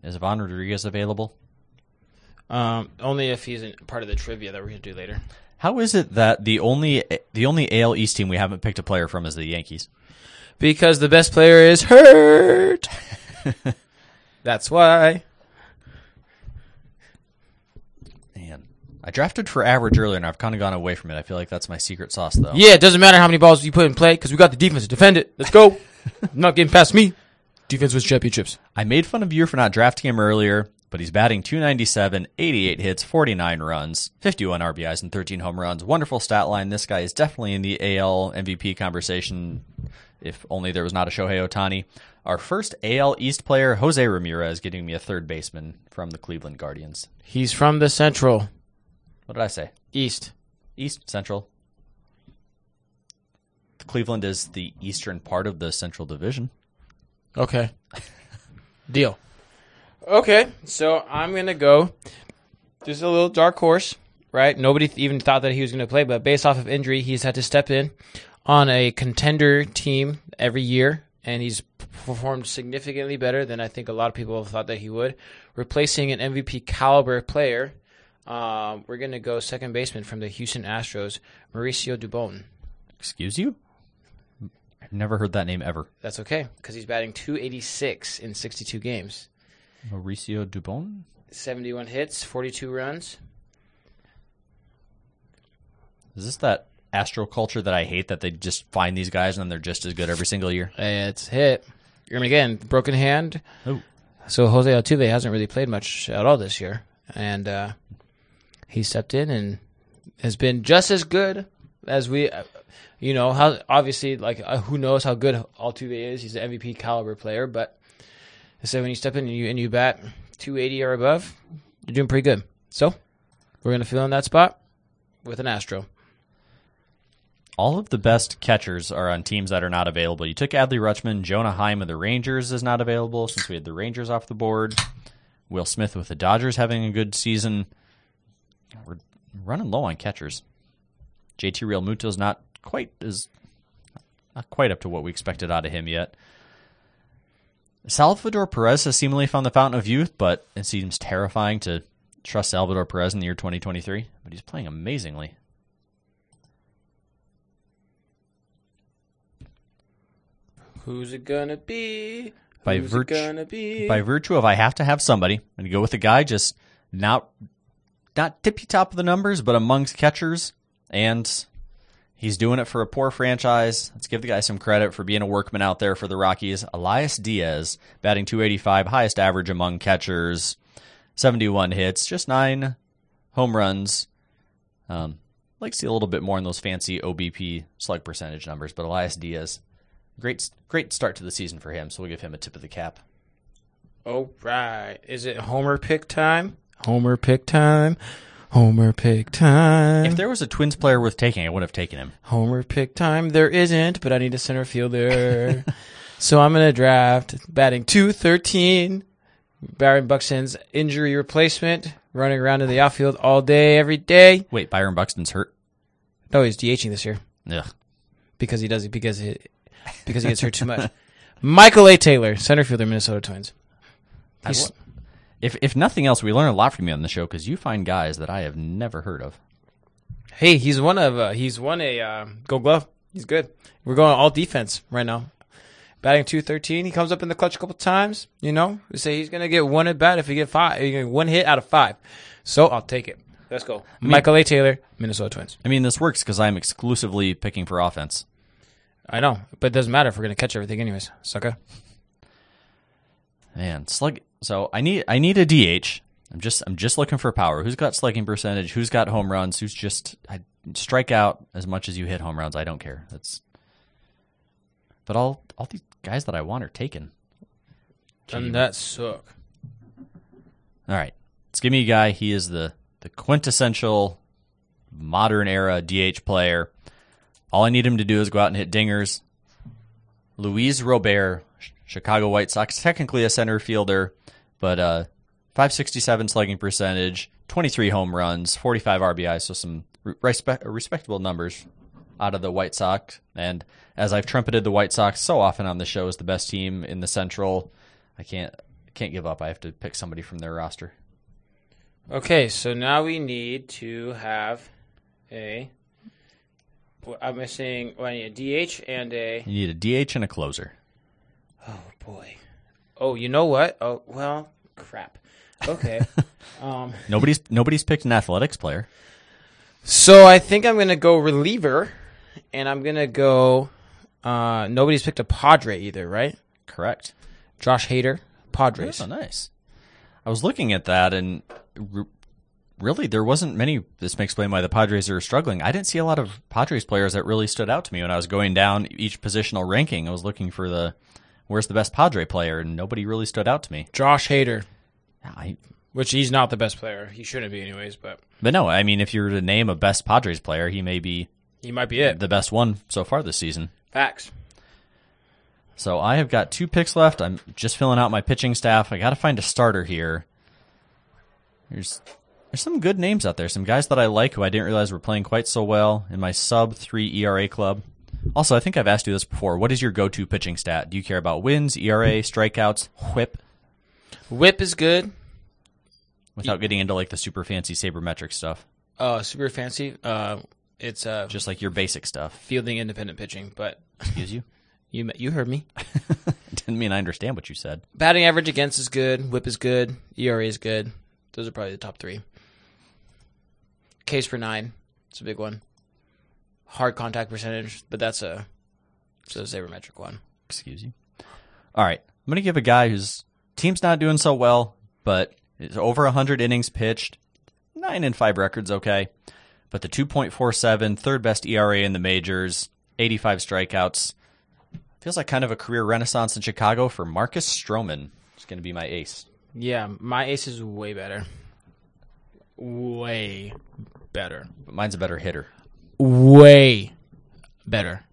Speaker 1: Is Ivan Rodriguez available?
Speaker 2: Um, only if he's in part of the trivia that we're gonna do later.
Speaker 1: How is it that the only the only AL East team we haven't picked a player from is the Yankees?
Speaker 2: Because the best player is hurt. [LAUGHS] That's why.
Speaker 1: Man, I drafted for average earlier, and I've kind of gone away from it. I feel like that's my secret sauce, though.
Speaker 2: Yeah, it doesn't matter how many balls you put in play because we got the defense to defend it. Let's [LAUGHS] go. Not getting past me. Defense wins championships.
Speaker 1: I made fun of you for not drafting him earlier, but he's batting 297, 88 hits, 49 runs, 51 RBIs, and 13 home runs. Wonderful stat line. This guy is definitely in the AL MVP conversation, if only there was not a Shohei Otani. Our first AL East player, Jose Ramirez, getting me a third baseman from the Cleveland Guardians.
Speaker 2: He's from the Central
Speaker 1: What did I say?
Speaker 2: East.
Speaker 1: East, Central. Cleveland is the eastern part of the Central Division.
Speaker 2: Okay. [LAUGHS] Deal. Okay, so I'm gonna go. Just a little dark horse, right? Nobody th- even thought that he was gonna play, but based off of injury, he's had to step in on a contender team every year, and he's p- performed significantly better than I think a lot of people thought that he would. Replacing an MVP caliber player, um, we're gonna go second baseman from the Houston Astros, Mauricio Dubon.
Speaker 1: Excuse you? I've never heard that name ever.
Speaker 2: That's okay because he's batting 286 in 62 games.
Speaker 1: Mauricio Dubon?
Speaker 2: 71 hits, 42 runs.
Speaker 1: Is this that astro culture that I hate that they just find these guys and then they're just as good every single year?
Speaker 2: It's hit. And again, broken hand.
Speaker 1: Oh.
Speaker 2: So Jose Altuve hasn't really played much at all this year, and uh, he stepped in and has been just as good as we. Uh, you know how obviously like uh, who knows how good Altuve is? He's an MVP caliber player, but so when you step in and you and you bat 280 or above, you're doing pretty good. So we're gonna fill in that spot with an Astro.
Speaker 1: All of the best catchers are on teams that are not available. You took Adley Rutschman, Jonah Heim of the Rangers is not available since we had the Rangers off the board. Will Smith with the Dodgers having a good season. We're- running low on catchers. JT Real Muto's not quite as not quite up to what we expected out of him yet. Salvador Perez has seemingly found the fountain of youth, but it seems terrifying to trust Salvador Perez in the year 2023. But he's playing amazingly.
Speaker 2: Who's it gonna be?
Speaker 1: By
Speaker 2: Who's
Speaker 1: virtu-
Speaker 2: it gonna be?
Speaker 1: By virtue of I have to have somebody, I'm gonna go with a guy just not not tippy top of the numbers, but amongst catchers, and he's doing it for a poor franchise. Let's give the guy some credit for being a workman out there for the Rockies. Elias Diaz, batting 285, highest average among catchers, 71 hits, just nine home runs. Um, like to see a little bit more in those fancy OBP slug percentage numbers, but Elias Diaz, great great start to the season for him. So we'll give him a tip of the cap.
Speaker 2: All right. Is it Homer pick time? Homer pick time. Homer pick time.
Speaker 1: If there was a Twins player worth taking, I would have taken him.
Speaker 2: Homer pick time. There isn't, but I need a center [LAUGHS] fielder. so I'm going to draft batting 213. Baron Buxton's injury replacement, running around in the outfield all day, every day.
Speaker 1: Wait, Byron Buxton's hurt.
Speaker 2: No, he's DHing this year
Speaker 1: Ugh.
Speaker 2: because he does it because he, because he gets hurt too [LAUGHS] much. Michael A. Taylor, center fielder, Minnesota Twins.
Speaker 1: I
Speaker 2: He's-
Speaker 1: wa- if if nothing else, we learn a lot from you on the show because you find guys that I have never heard of.
Speaker 2: Hey, he's one of uh, he's won a uh, Gold Glove. He's good. We're going all defense right now. Batting two thirteen, he comes up in the clutch a couple times. You know, we say he's gonna get one at bat if he get five, he get one hit out of five. So I'll take it. Let's go, Michael A. Taylor, Minnesota Twins.
Speaker 1: I mean, this works because I'm exclusively picking for offense.
Speaker 2: I know, but it doesn't matter if we're gonna catch everything anyways. Sucker.
Speaker 1: Man, slug. So I need I need a DH. I'm just I'm just looking for power. Who's got slugging percentage? Who's got home runs? Who's just I strike out as much as you hit home runs. I don't care. That's. But all all these guys that I want are taken.
Speaker 2: And that suck.
Speaker 1: All right. Let's give me a guy. He is the, the quintessential modern era DH player. All I need him to do is go out and hit dingers. Luis Robert, Ch- Chicago White Sox, technically a center fielder, but uh, 567 slugging percentage, 23 home runs, 45 RBI, so some re- respe- respectable numbers out of the White Sox. And as I've trumpeted the White Sox so often on the show as the best team in the Central, I can't can't give up. I have to pick somebody from their roster.
Speaker 2: Okay, so now we need to have a. well, I'm missing. Well, I need a DH and a.
Speaker 1: You need a DH and a closer.
Speaker 2: Oh boy. Oh, you know what? Oh well, crap. Okay. um.
Speaker 1: Nobody's [LAUGHS] nobody's picked an athletics player.
Speaker 2: So I think I'm gonna go reliever, and I'm gonna go. Uh, nobody's picked a Padre either, right?
Speaker 1: Correct.
Speaker 2: Josh Hader, Padres.
Speaker 1: Oh, nice. I was looking at that, and r- really, there wasn't many. This may explain why the Padres are struggling. I didn't see a lot of Padres players that really stood out to me when I was going down each positional ranking. I was looking for the where's the best Padre player, and nobody really stood out to me.
Speaker 2: Josh Hader,
Speaker 1: I,
Speaker 2: which he's not the best player. He shouldn't be, anyways. But
Speaker 1: but no, I mean, if you were to name a best Padres player, he may be
Speaker 2: he might be it.
Speaker 1: the best one so far this season.
Speaker 2: Facts.
Speaker 1: So I have got two picks left. I'm just filling out my pitching staff. I got to find a starter here. There's there's some good names out there. Some guys that I like who I didn't realize were playing quite so well in my sub three ERA club. Also, I think I've asked you this before. What is your go-to pitching stat? Do you care about wins, ERA, strikeouts, WHIP?
Speaker 2: Whip is good.
Speaker 1: Without getting into like the super fancy sabermetric stuff,
Speaker 2: Uh, super fancy. Uh, it's uh
Speaker 1: just like your basic stuff.
Speaker 2: fielding independent pitching, but
Speaker 1: Excuse you. [LAUGHS]
Speaker 2: you you heard me.
Speaker 1: Didn't mean I understand what you said.
Speaker 2: Batting average against is good. Whip is good. ERA is good. Those are probably the top three. Case per nine. It's a big one. Hard contact percentage, but that's a it's a sabermetric one.
Speaker 1: Excuse you. All right. I'm going to give a guy whose team's not doing so well, but is over 100 innings pitched, 9 and 5 records, okay. But the 2.47, third best ERA in the majors, 85 strikeouts. Feels like kind of a career renaissance in Chicago for Marcus Stroman. It's going to be my ace.
Speaker 2: Yeah, my ace is way better. Way better.
Speaker 1: But mine's a better hitter.
Speaker 2: Way [LAUGHS] better.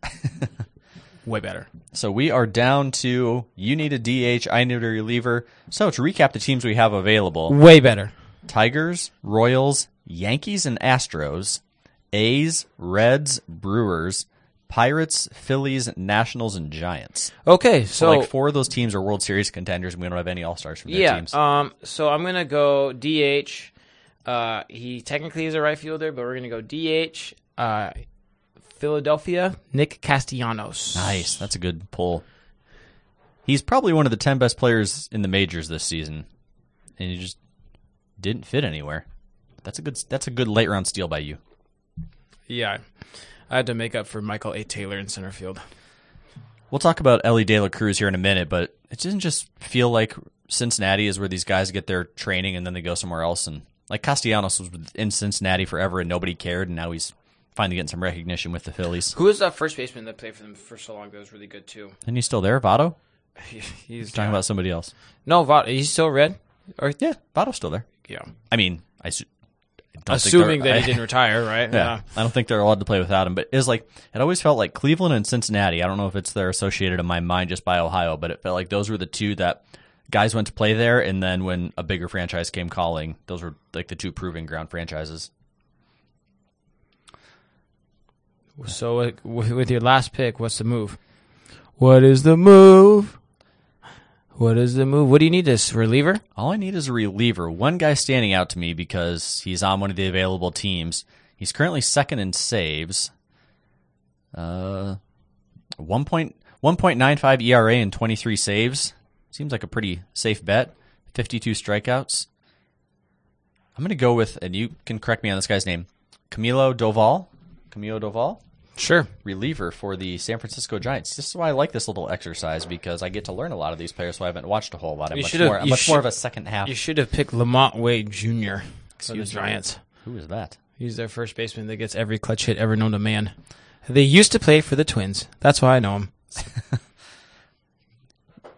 Speaker 2: way better.
Speaker 1: So we are down to you need a DH, I need a reliever. So to recap the teams we have available
Speaker 2: Way better.
Speaker 1: Tigers, Royals, Yankees and Astros, A's, Reds, Brewers, Pirates, Phillies, Nationals, and Giants.
Speaker 2: Okay, so,
Speaker 1: So, like four of those teams are World Series contenders, and we don't have any All Stars from their
Speaker 2: yeah.
Speaker 1: teams.
Speaker 2: Um, so I'm gonna go DH. Uh, he technically is a right fielder, but we're gonna go DH. Uh, Philadelphia, Nick Castellanos.
Speaker 1: nice, that's a good pull. He's probably one of the ten best players in the majors this season, and he just didn't fit anywhere. That's a good. That's a good late round steal by you.
Speaker 2: Yeah, I had to make up for Michael A. Taylor in center field.
Speaker 1: We'll talk about Ellie De La Cruz here in a minute, but it doesn't just feel like Cincinnati is where these guys get their training and then they go somewhere else. And like Castellanos was in Cincinnati forever and nobody cared, and now he's finally getting some recognition with the Phillies.
Speaker 2: Who was that first baseman that played for them for so long? That was really good [LAUGHS] too.
Speaker 1: And he's still there, Votto?
Speaker 2: He's
Speaker 1: Talking about somebody else.
Speaker 2: no Vot. He's still red. Or
Speaker 1: Yeah, Votto's still there.
Speaker 2: yeah.
Speaker 1: I mean, I su- I don't think
Speaker 2: Assuming
Speaker 1: they're-
Speaker 2: that he
Speaker 1: [LAUGHS]
Speaker 2: didn't retire, right?
Speaker 1: Yeah. I don't think they're allowed to play without him, but it's like it always felt like Cleveland and Cincinnati. I don't know if it's they're associated in my mind just by Ohio, but it felt like those were the two that guys went to play there, and then when a bigger franchise came calling, those were like the two proving ground franchises.
Speaker 2: So uh, w- with your last pick, what's the move? What is the move? What is the move? What do you need this reliever?
Speaker 1: All I need is a reliever. One guy standing out to me because he's on one of the available teams. He's currently second in saves. Uh, one point one point nine five ERA and twenty three saves seems like a pretty safe bet. Fifty two strikeouts. I'm gonna go with, and you can correct me on this guy's name, Camilo Doval. Camilo Doval,
Speaker 2: Sure.
Speaker 1: reliever for the San Francisco Giants. This is why I like this little exercise because I get to learn a lot of these players who I haven't watched a whole lot. I'm
Speaker 2: You
Speaker 1: much,
Speaker 2: should've-
Speaker 1: more, I'm
Speaker 2: you
Speaker 1: much more
Speaker 2: should-
Speaker 1: of a second half
Speaker 2: You should have picked Lamont Wade Jr. for the Giants.
Speaker 1: Who is that?
Speaker 2: He's their first baseman that gets every clutch hit ever known to man. They used to play for the Twins. That's why I know him.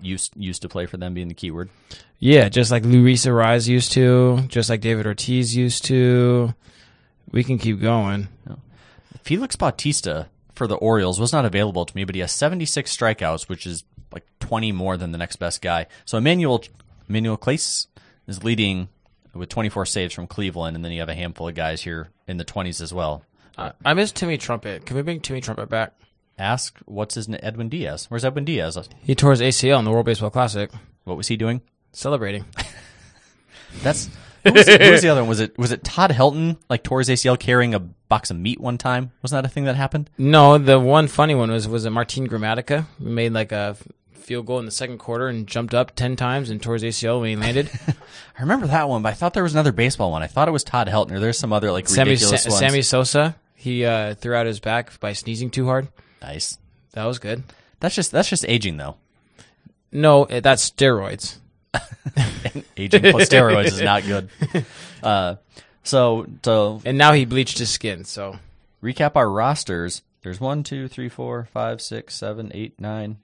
Speaker 1: Used used to play for them being the keyword.
Speaker 2: Yeah, just like Luis Ariz used to, just like David Ortiz used to. We can keep going.
Speaker 1: Felix Bautista for the Orioles was not available to me, but he has 76 strikeouts, which is like 20 more than the next best guy. So Emmanuel Emmanuel Clace is leading with 24 saves from Cleveland, and then you have a handful of guys here in the 20s as well.
Speaker 2: I, I miss Timmy Trumpet. Can we bring Timmy Trumpet back?
Speaker 1: Ask what's his name? Edwin Diaz. Where's Edwin Diaz?
Speaker 2: He tore his ACL in the World Baseball Classic,
Speaker 1: What was he doing?
Speaker 2: celebrating. [LAUGHS]
Speaker 1: That's who was, who was the other one? Was it was it Todd Helton like tore his ACL carrying a box of meat one time? Wasn't that a thing that happened?
Speaker 2: No, the one funny one was was it Martin Gramatica who made like a field goal in the second quarter and jumped up ten times and tore his ACL when he landed.
Speaker 1: I remember that one, but I thought there was another baseball one. I thought it was Todd Helton or there's some other like
Speaker 2: Sammy
Speaker 1: ridiculous
Speaker 2: Sa-
Speaker 1: ones.
Speaker 2: Sammy Sosa he uh, threw out his back by sneezing too hard.
Speaker 1: Nice.
Speaker 2: That was good.
Speaker 1: That's just that's just aging though. [LAUGHS]
Speaker 2: No, eh, that's steroids.
Speaker 1: Aging plus steroids is not
Speaker 2: [LAUGHS]
Speaker 1: good. Uh, so to
Speaker 2: And now he bleached his skin. So
Speaker 1: recap our rosters, there's one, two, three, four, five, six, seven, eight, nine.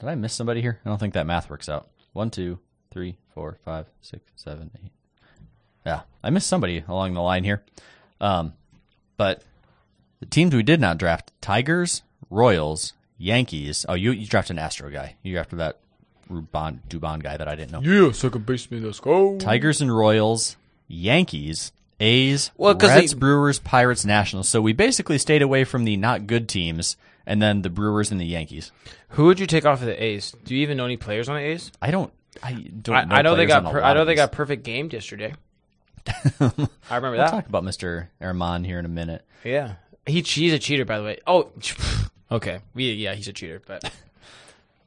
Speaker 1: Did I miss somebody here? I don't think that math works out. One, two, three, four, five, six, seven, eight. Yeah, I missed somebody along the line here. Um, but the teams we did not draft: Tigers, Royals, Yankees. Oh, you you drafted an Astro guy. You drafted that Ruban Dubon guy that I didn't know.
Speaker 2: yeah, second baseman. Let's go.
Speaker 1: Tigers and Royals, Yankees, A's,
Speaker 2: Well, 'cause
Speaker 1: Reds,
Speaker 2: they-
Speaker 1: Brewers, Pirates, Nationals. So we basically stayed away from the not good teams and then the Brewers and the Yankees.
Speaker 2: Who would you take off of the A's? Do you even know any players on the A's?
Speaker 1: I don't I don't
Speaker 2: I,
Speaker 1: know
Speaker 2: I know they
Speaker 1: players on
Speaker 2: got.
Speaker 1: a
Speaker 2: Per,
Speaker 1: lot
Speaker 2: I know
Speaker 1: of
Speaker 2: they
Speaker 1: these.
Speaker 2: got perfect
Speaker 1: [LAUGHS]
Speaker 2: gamed yesterday. I remember
Speaker 1: We'll
Speaker 2: that.
Speaker 1: talk about Mr. Erman here in a minute.
Speaker 2: Yeah, he he's a cheater, by the way. Oh, [LAUGHS] okay. We, yeah, he's a cheater,
Speaker 1: [LAUGHS]
Speaker 2: but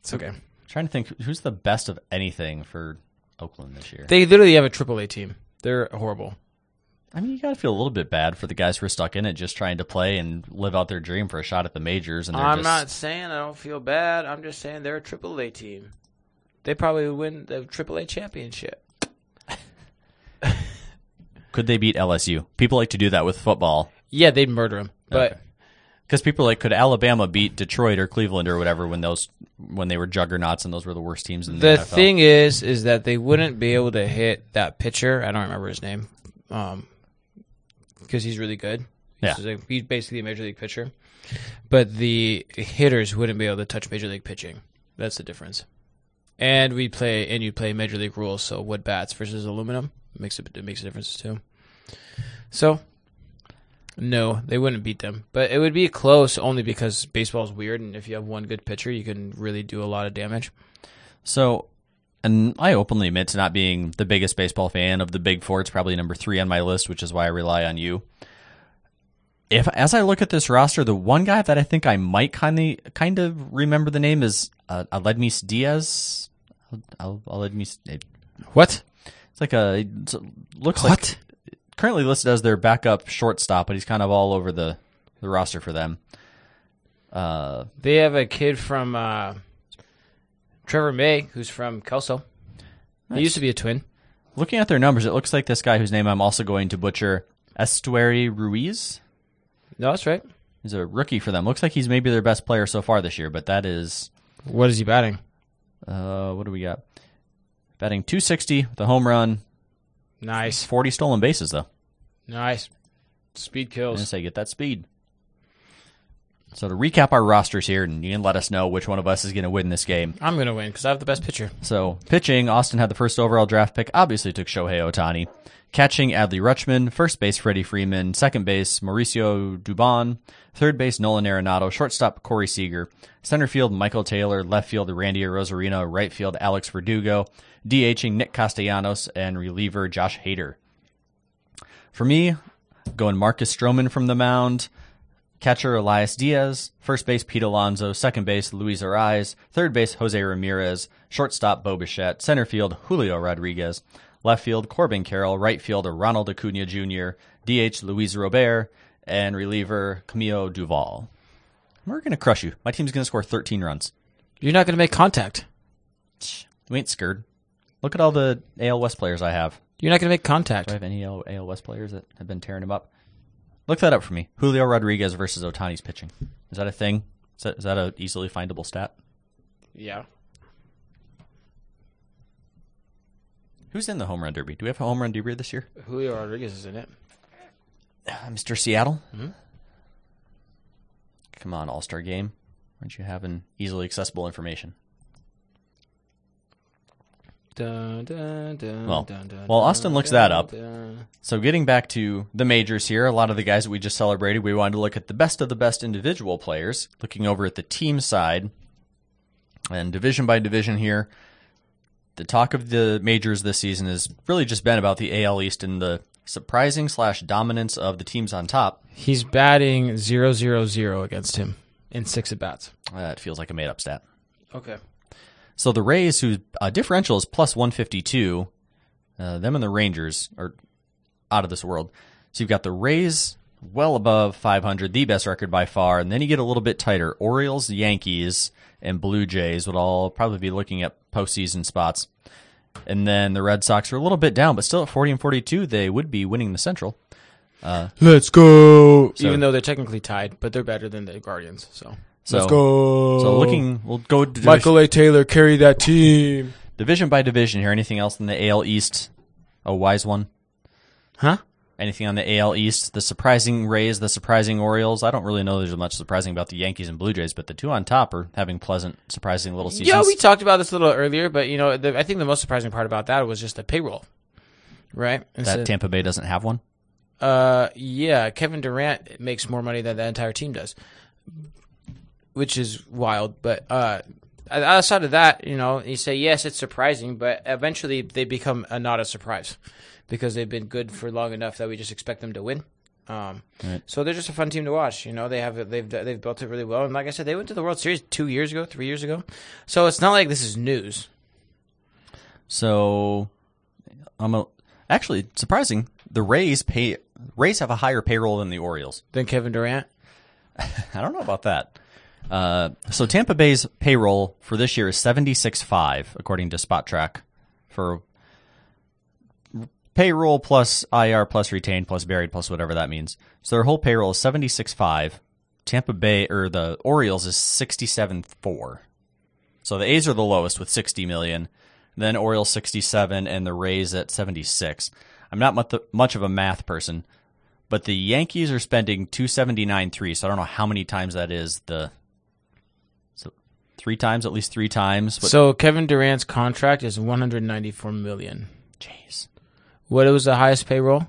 Speaker 2: it's okay.
Speaker 1: trying to think who's the best of anything for Oakland this year.
Speaker 2: They literally have a AAA team. They're horrible.
Speaker 1: I mean, you got to feel a little bit bad for the guys who are stuck in it just trying to play and live out their dream for a shot at the majors and they're
Speaker 2: I'm
Speaker 1: just
Speaker 2: not saying I don't feel bad. I'm just saying they're a AAA team. They probably would win the AAA championship.
Speaker 1: could they beat LSU? People like to do that with football.
Speaker 2: Yeah, they'd murder him. But
Speaker 1: Okay. Because people are like, could Alabama beat Detroit or Cleveland or whatever when those when they were juggernauts and those were the worst teams in the,
Speaker 2: the
Speaker 1: NFL?
Speaker 2: thing is, is that they wouldn't be able to hit that pitcher. I don't remember his name, um, because he's really good. He's,
Speaker 1: Yeah.
Speaker 2: like, he's basically a major league pitcher, but the hitters wouldn't be able to touch major league pitching. That's the difference. And we play, and you play major league rules, so wood bats versus aluminum makes it, it makes a difference too. So, no, they wouldn't beat them. But it would be close only because baseball's weird, and if you have one good pitcher, you can really do a lot of damage.
Speaker 1: So, and I openly admit to not being the biggest baseball fan of the Big Four. It's probably number three on my list, which is why I rely on you. If as I look at this roster, the one guy that I think I might kind of kind of remember the name is uh, Aledmis Diaz. I'll, I'll Aledmis.
Speaker 2: What?
Speaker 1: It's like a it's, it looks like currently listed as their backup shortstop, but he's kind of all over the, the roster for them. Uh,
Speaker 2: They have a kid from uh, Trevor May who's from Kelso. He used to be a twin.
Speaker 1: looking at their numbers, it looks like this guy whose name I'm also going to butcher, Estuary Ruiz,
Speaker 2: No, that's right.
Speaker 1: is a rookie for them. Looks like he's maybe their best player so far this year, but that is
Speaker 2: What is he batting?
Speaker 1: uh, what do we got? Batting 260 with a home run,
Speaker 2: Nice,
Speaker 1: 40 stolen bases though.
Speaker 2: nice. Speed
Speaker 1: I'm gonna
Speaker 2: kills.
Speaker 1: say get that speed. So to recap our rosters here, and you can let us know which one of us is going to win this game.
Speaker 2: I'm gonna win because I have the best pitcher.
Speaker 1: So pitching, Austin had the first overall draft pick. Obviously took Shohei Otani. Catching, Adley Rutschman. First base, Freddie Freeman. Second base, Mauricio Dubon. Third base, Nolan Arenado. Shortstop, Corey Seager. Center field, Michael Taylor. Left field, Randy Rosarino. Right field, Alex Verdugo. DHing, Nick Castellanos. And reliever, Josh Hader. For me, going Marcus Stroman from the mound. Catcher Elias Diaz, first base Pete Alonso, second base Luis Ariz, third base Jose Ramirez, shortstop Bo Bichette, center field Julio Rodriguez, left field Corbin Carroll, right field Ronald Acuna Jr., DH Luis Robert, and reliever Camilo Duval. We're gonna crush you. My team's gonna score 13 runs.
Speaker 2: You're not gonna make contact.
Speaker 1: We ain't scared. Look at all the AL West players I have.
Speaker 2: You're not gonna make
Speaker 1: Do I
Speaker 2: contact.
Speaker 1: have any AL AL West players that have been tearing him up? Look that up for me. Julio Rodriguez versus Otani's pitching. Is that a thing? Is that, is that a easily findable stat?
Speaker 2: Yeah.
Speaker 1: Who's in the home run derby? Do we have a home run derby this year?
Speaker 2: Julio Rodriguez is in it.
Speaker 1: Mr. Seattle? Come on, All Star game. Aren't you having easily accessible information?
Speaker 2: Dun, dun, dun,
Speaker 1: Well,
Speaker 2: dun, dun,
Speaker 1: while Austin
Speaker 2: dun,
Speaker 1: looks that
Speaker 2: dun,
Speaker 1: up-
Speaker 2: dun.
Speaker 1: So, getting back to the majors here, a lot of the guys that we just celebrated, we wanted to look at the best of the best individual players, looking over at the team side and division by division here. The talk of the majors this season has really just been about the AL East and the surprising slash dominance of the teams on top.
Speaker 2: He's batting zero zero zero against him in six at bats.
Speaker 1: Uh, it feels like a made up stat.
Speaker 2: Okay.
Speaker 1: So the Rays, whose uh, differential is plus 152, uh, them and the Rangers are out of this world. So you've got the Rays well above 500, the best record by far, and then you get a little bit tighter. Orioles, Yankees, and Blue Jays would all probably be looking at postseason spots. And then the Red Sox are a little bit down, but still at 40 and 42, they would be winning the Central.
Speaker 2: Let's go.
Speaker 1: So-
Speaker 2: Even though they're technically tied, but they're better than the Guardians. So
Speaker 1: So,
Speaker 2: go.
Speaker 1: so looking, we'll go to division-
Speaker 2: Michael A. Taylor carry that team.
Speaker 1: division by division here. Anything else in the AL East? A wise one.
Speaker 2: Huh?
Speaker 1: Anything on the AL East? The surprising Rays, the surprising Orioles. I don't really know there's much surprising about the Yankees and Blue Jays, but the two on top are having pleasant, surprising little seasons.
Speaker 2: Yeah, we talked about this a little earlier, but you know, the, I think the most surprising part about that was just the payroll, right? And
Speaker 1: that
Speaker 2: so-
Speaker 1: Tampa Bay doesn't have one.
Speaker 2: Uh, yeah, Kevin Durant makes more money than the entire team does, which is wild. But uh, outside of that, you know, you say yes, it's surprising, but eventually they become a, not a surprise because they've been good for long enough that we just expect them to win. Um, so they're just a fun team to watch. You know, they have they've they've built it really well, and like I said, they went to the World Series two years ago, three years ago. So it's not like this is news.
Speaker 1: So I'm a, actually surprising. The Rays pay Rays have a higher payroll than the Orioles. [LAUGHS]
Speaker 2: Then Kevin Durant,
Speaker 1: I don't know about that. Uh, so Tampa Bay's payroll for this year is seventy six five, according to Spot Track, for payroll plus IR plus retained plus buried plus whatever that means. So their whole payroll is seventy six five. Tampa Bay or the Orioles is sixty seven four. So the A's are the lowest with sixty million, then Orioles sixty seven, and the Rays at seventy six. I'm not much much of a math person, but the Yankees are spending two seventy nine three. So I don't know how many times that is. The so three times, at least three times. But
Speaker 2: so Kevin Durant's contract is one hundred ninety four million.
Speaker 1: jeez,
Speaker 2: What was the highest payroll?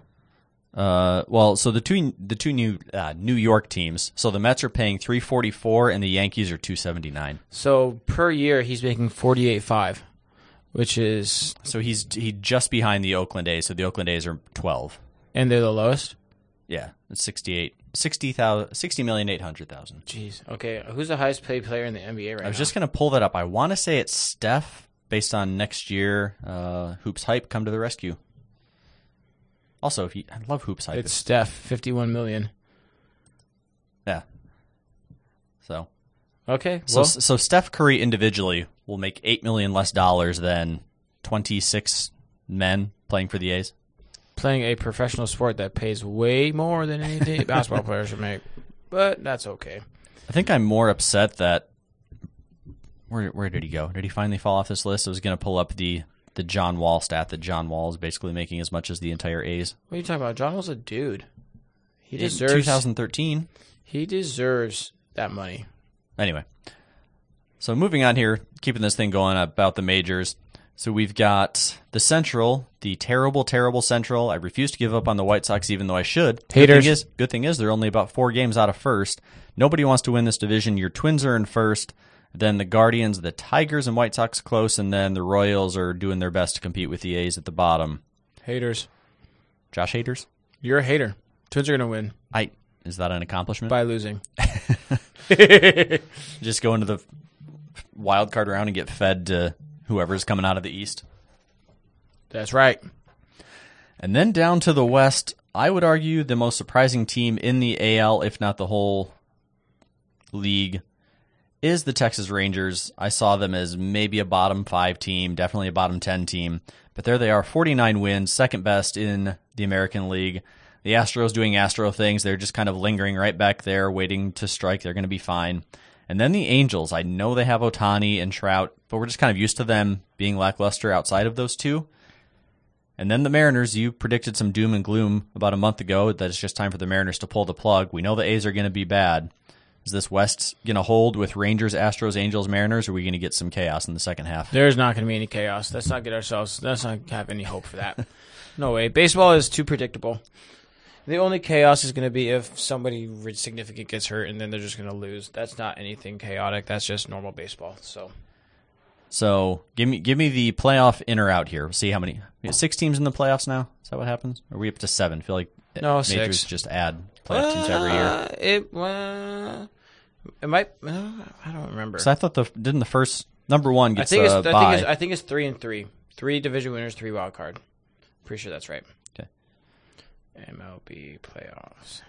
Speaker 1: Uh, well, so the two the two new uh, New York teams. So the Mets are paying three forty four, and the Yankees are two seventy nine.
Speaker 2: So per year, he's making forty eight five, which is
Speaker 1: So he's he just behind the Oakland A's. So the Oakland A's are twelve.
Speaker 2: and they're the lowest.
Speaker 1: Yeah, it's 68. 60,000 60,800,000.
Speaker 2: Jeez. Okay, who's the highest paid player in the NBA right now?
Speaker 1: I was just going to pull that up. I want to say it's Steph based on next year uh, Hoops Hype come to the rescue. Also, if you, I love Hoops Hype.
Speaker 2: it's Steph, fifty one million.
Speaker 1: yeah. So,
Speaker 2: Okay.
Speaker 1: so
Speaker 2: Well,
Speaker 1: so Steph Curry individually will make 8 million less dollars than 26 men playing for the A's.
Speaker 2: playing a professional sport that pays way more than any [LAUGHS] day basketball player should make, but that's okay.
Speaker 1: I think I'm more upset that where where did he go? Did he finally fall off this list? I was going to pull up the the John Wall stat that John Wall is basically making as much as the entire A's
Speaker 2: What are you talking about? John was a dude. He
Speaker 1: in
Speaker 2: deserves.
Speaker 1: 2013.
Speaker 2: He deserves that money.
Speaker 1: Anyway, so moving on here, keeping this thing going about the majors. So we've got the Central, the terrible, terrible Central. I refuse to give up on the White Sox, even though I should. Good
Speaker 2: Haters.
Speaker 1: thing is, good thing is they're only about four games out of first. Nobody wants to win this division. Your Twins are in first, then the Guardians, the Tigers, and White Sox close, and then the Royals are doing their best to compete with the A's at the bottom.
Speaker 2: Haters.
Speaker 1: Josh Haters,
Speaker 2: You're a hater. Twins are gonna win
Speaker 1: I is that an accomplishment?
Speaker 2: by losing.
Speaker 1: [LAUGHS] Just go into the wild card round and get fed to whoever's coming out of the East.
Speaker 2: That's right.
Speaker 1: And then down to the West, I would argue the most surprising team in the AL, if not the whole league, is the Texas Rangers. I saw them as maybe a bottom five team, definitely a bottom 10 team. But there they are 49 wins, second best in the American League. The Astros doing Astro things. They're just kind of lingering right back there, waiting to strike. They're going to be fine. And then the Angels. I know they have Otani and Trout, but we're just kind of used to them being lackluster outside of those two. And then the Mariners, you predicted some doom and gloom about a month ago that it's just time for the Mariners to pull the plug. We know the A's are going to be bad. Is this West going to hold with Rangers, Astros, Angels, Mariners? Or are we going to get some chaos in the second half?
Speaker 2: There's not going to be any chaos. Let's not get ourselves. Let's not have any hope
Speaker 1: [LAUGHS]
Speaker 2: for that. no way. Baseball is too predictable. The only chaos is going to be if somebody re- significant gets hurt and then they're just going to lose. That's not anything chaotic. That's just normal baseball. So
Speaker 1: So give me give me the playoff in or out here. We'll see how many we have six teams in the playoffs now. Is that what happens? Are we up to seven? I feel like
Speaker 2: No,
Speaker 1: majors
Speaker 2: six.
Speaker 1: just add playoff teams every year.
Speaker 2: Uh, It uh, it might. Uh, I don't remember.
Speaker 1: So I thought the didn't the first number one
Speaker 2: I
Speaker 1: gets
Speaker 2: think it's.
Speaker 1: a
Speaker 2: I think
Speaker 1: bye.
Speaker 2: it's. I think it's three and three. Three division winners, three wild card. Pretty sure that's right.
Speaker 1: Okay.
Speaker 2: MLB playoffs.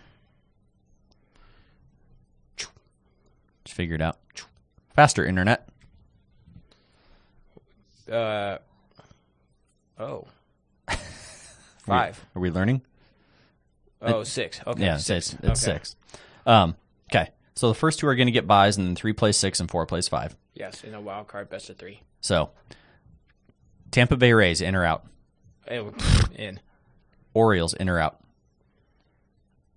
Speaker 1: Just figure it out. Faster internet.
Speaker 2: Uh, oh.
Speaker 1: [LAUGHS] Are we-
Speaker 2: Five.
Speaker 1: Are we learning?
Speaker 2: Oh, six. Okay.
Speaker 1: Yeah,
Speaker 2: six.
Speaker 1: it's, it's
Speaker 2: Okay.
Speaker 1: six. Um, okay, so the first two are going to get buys, and then three plays six and four plays five.
Speaker 2: Yes, in a wild card, best of three.
Speaker 1: So, Tampa Bay Rays in or out,
Speaker 2: Oh,
Speaker 1: [LAUGHS]
Speaker 2: In.
Speaker 1: Orioles in or out.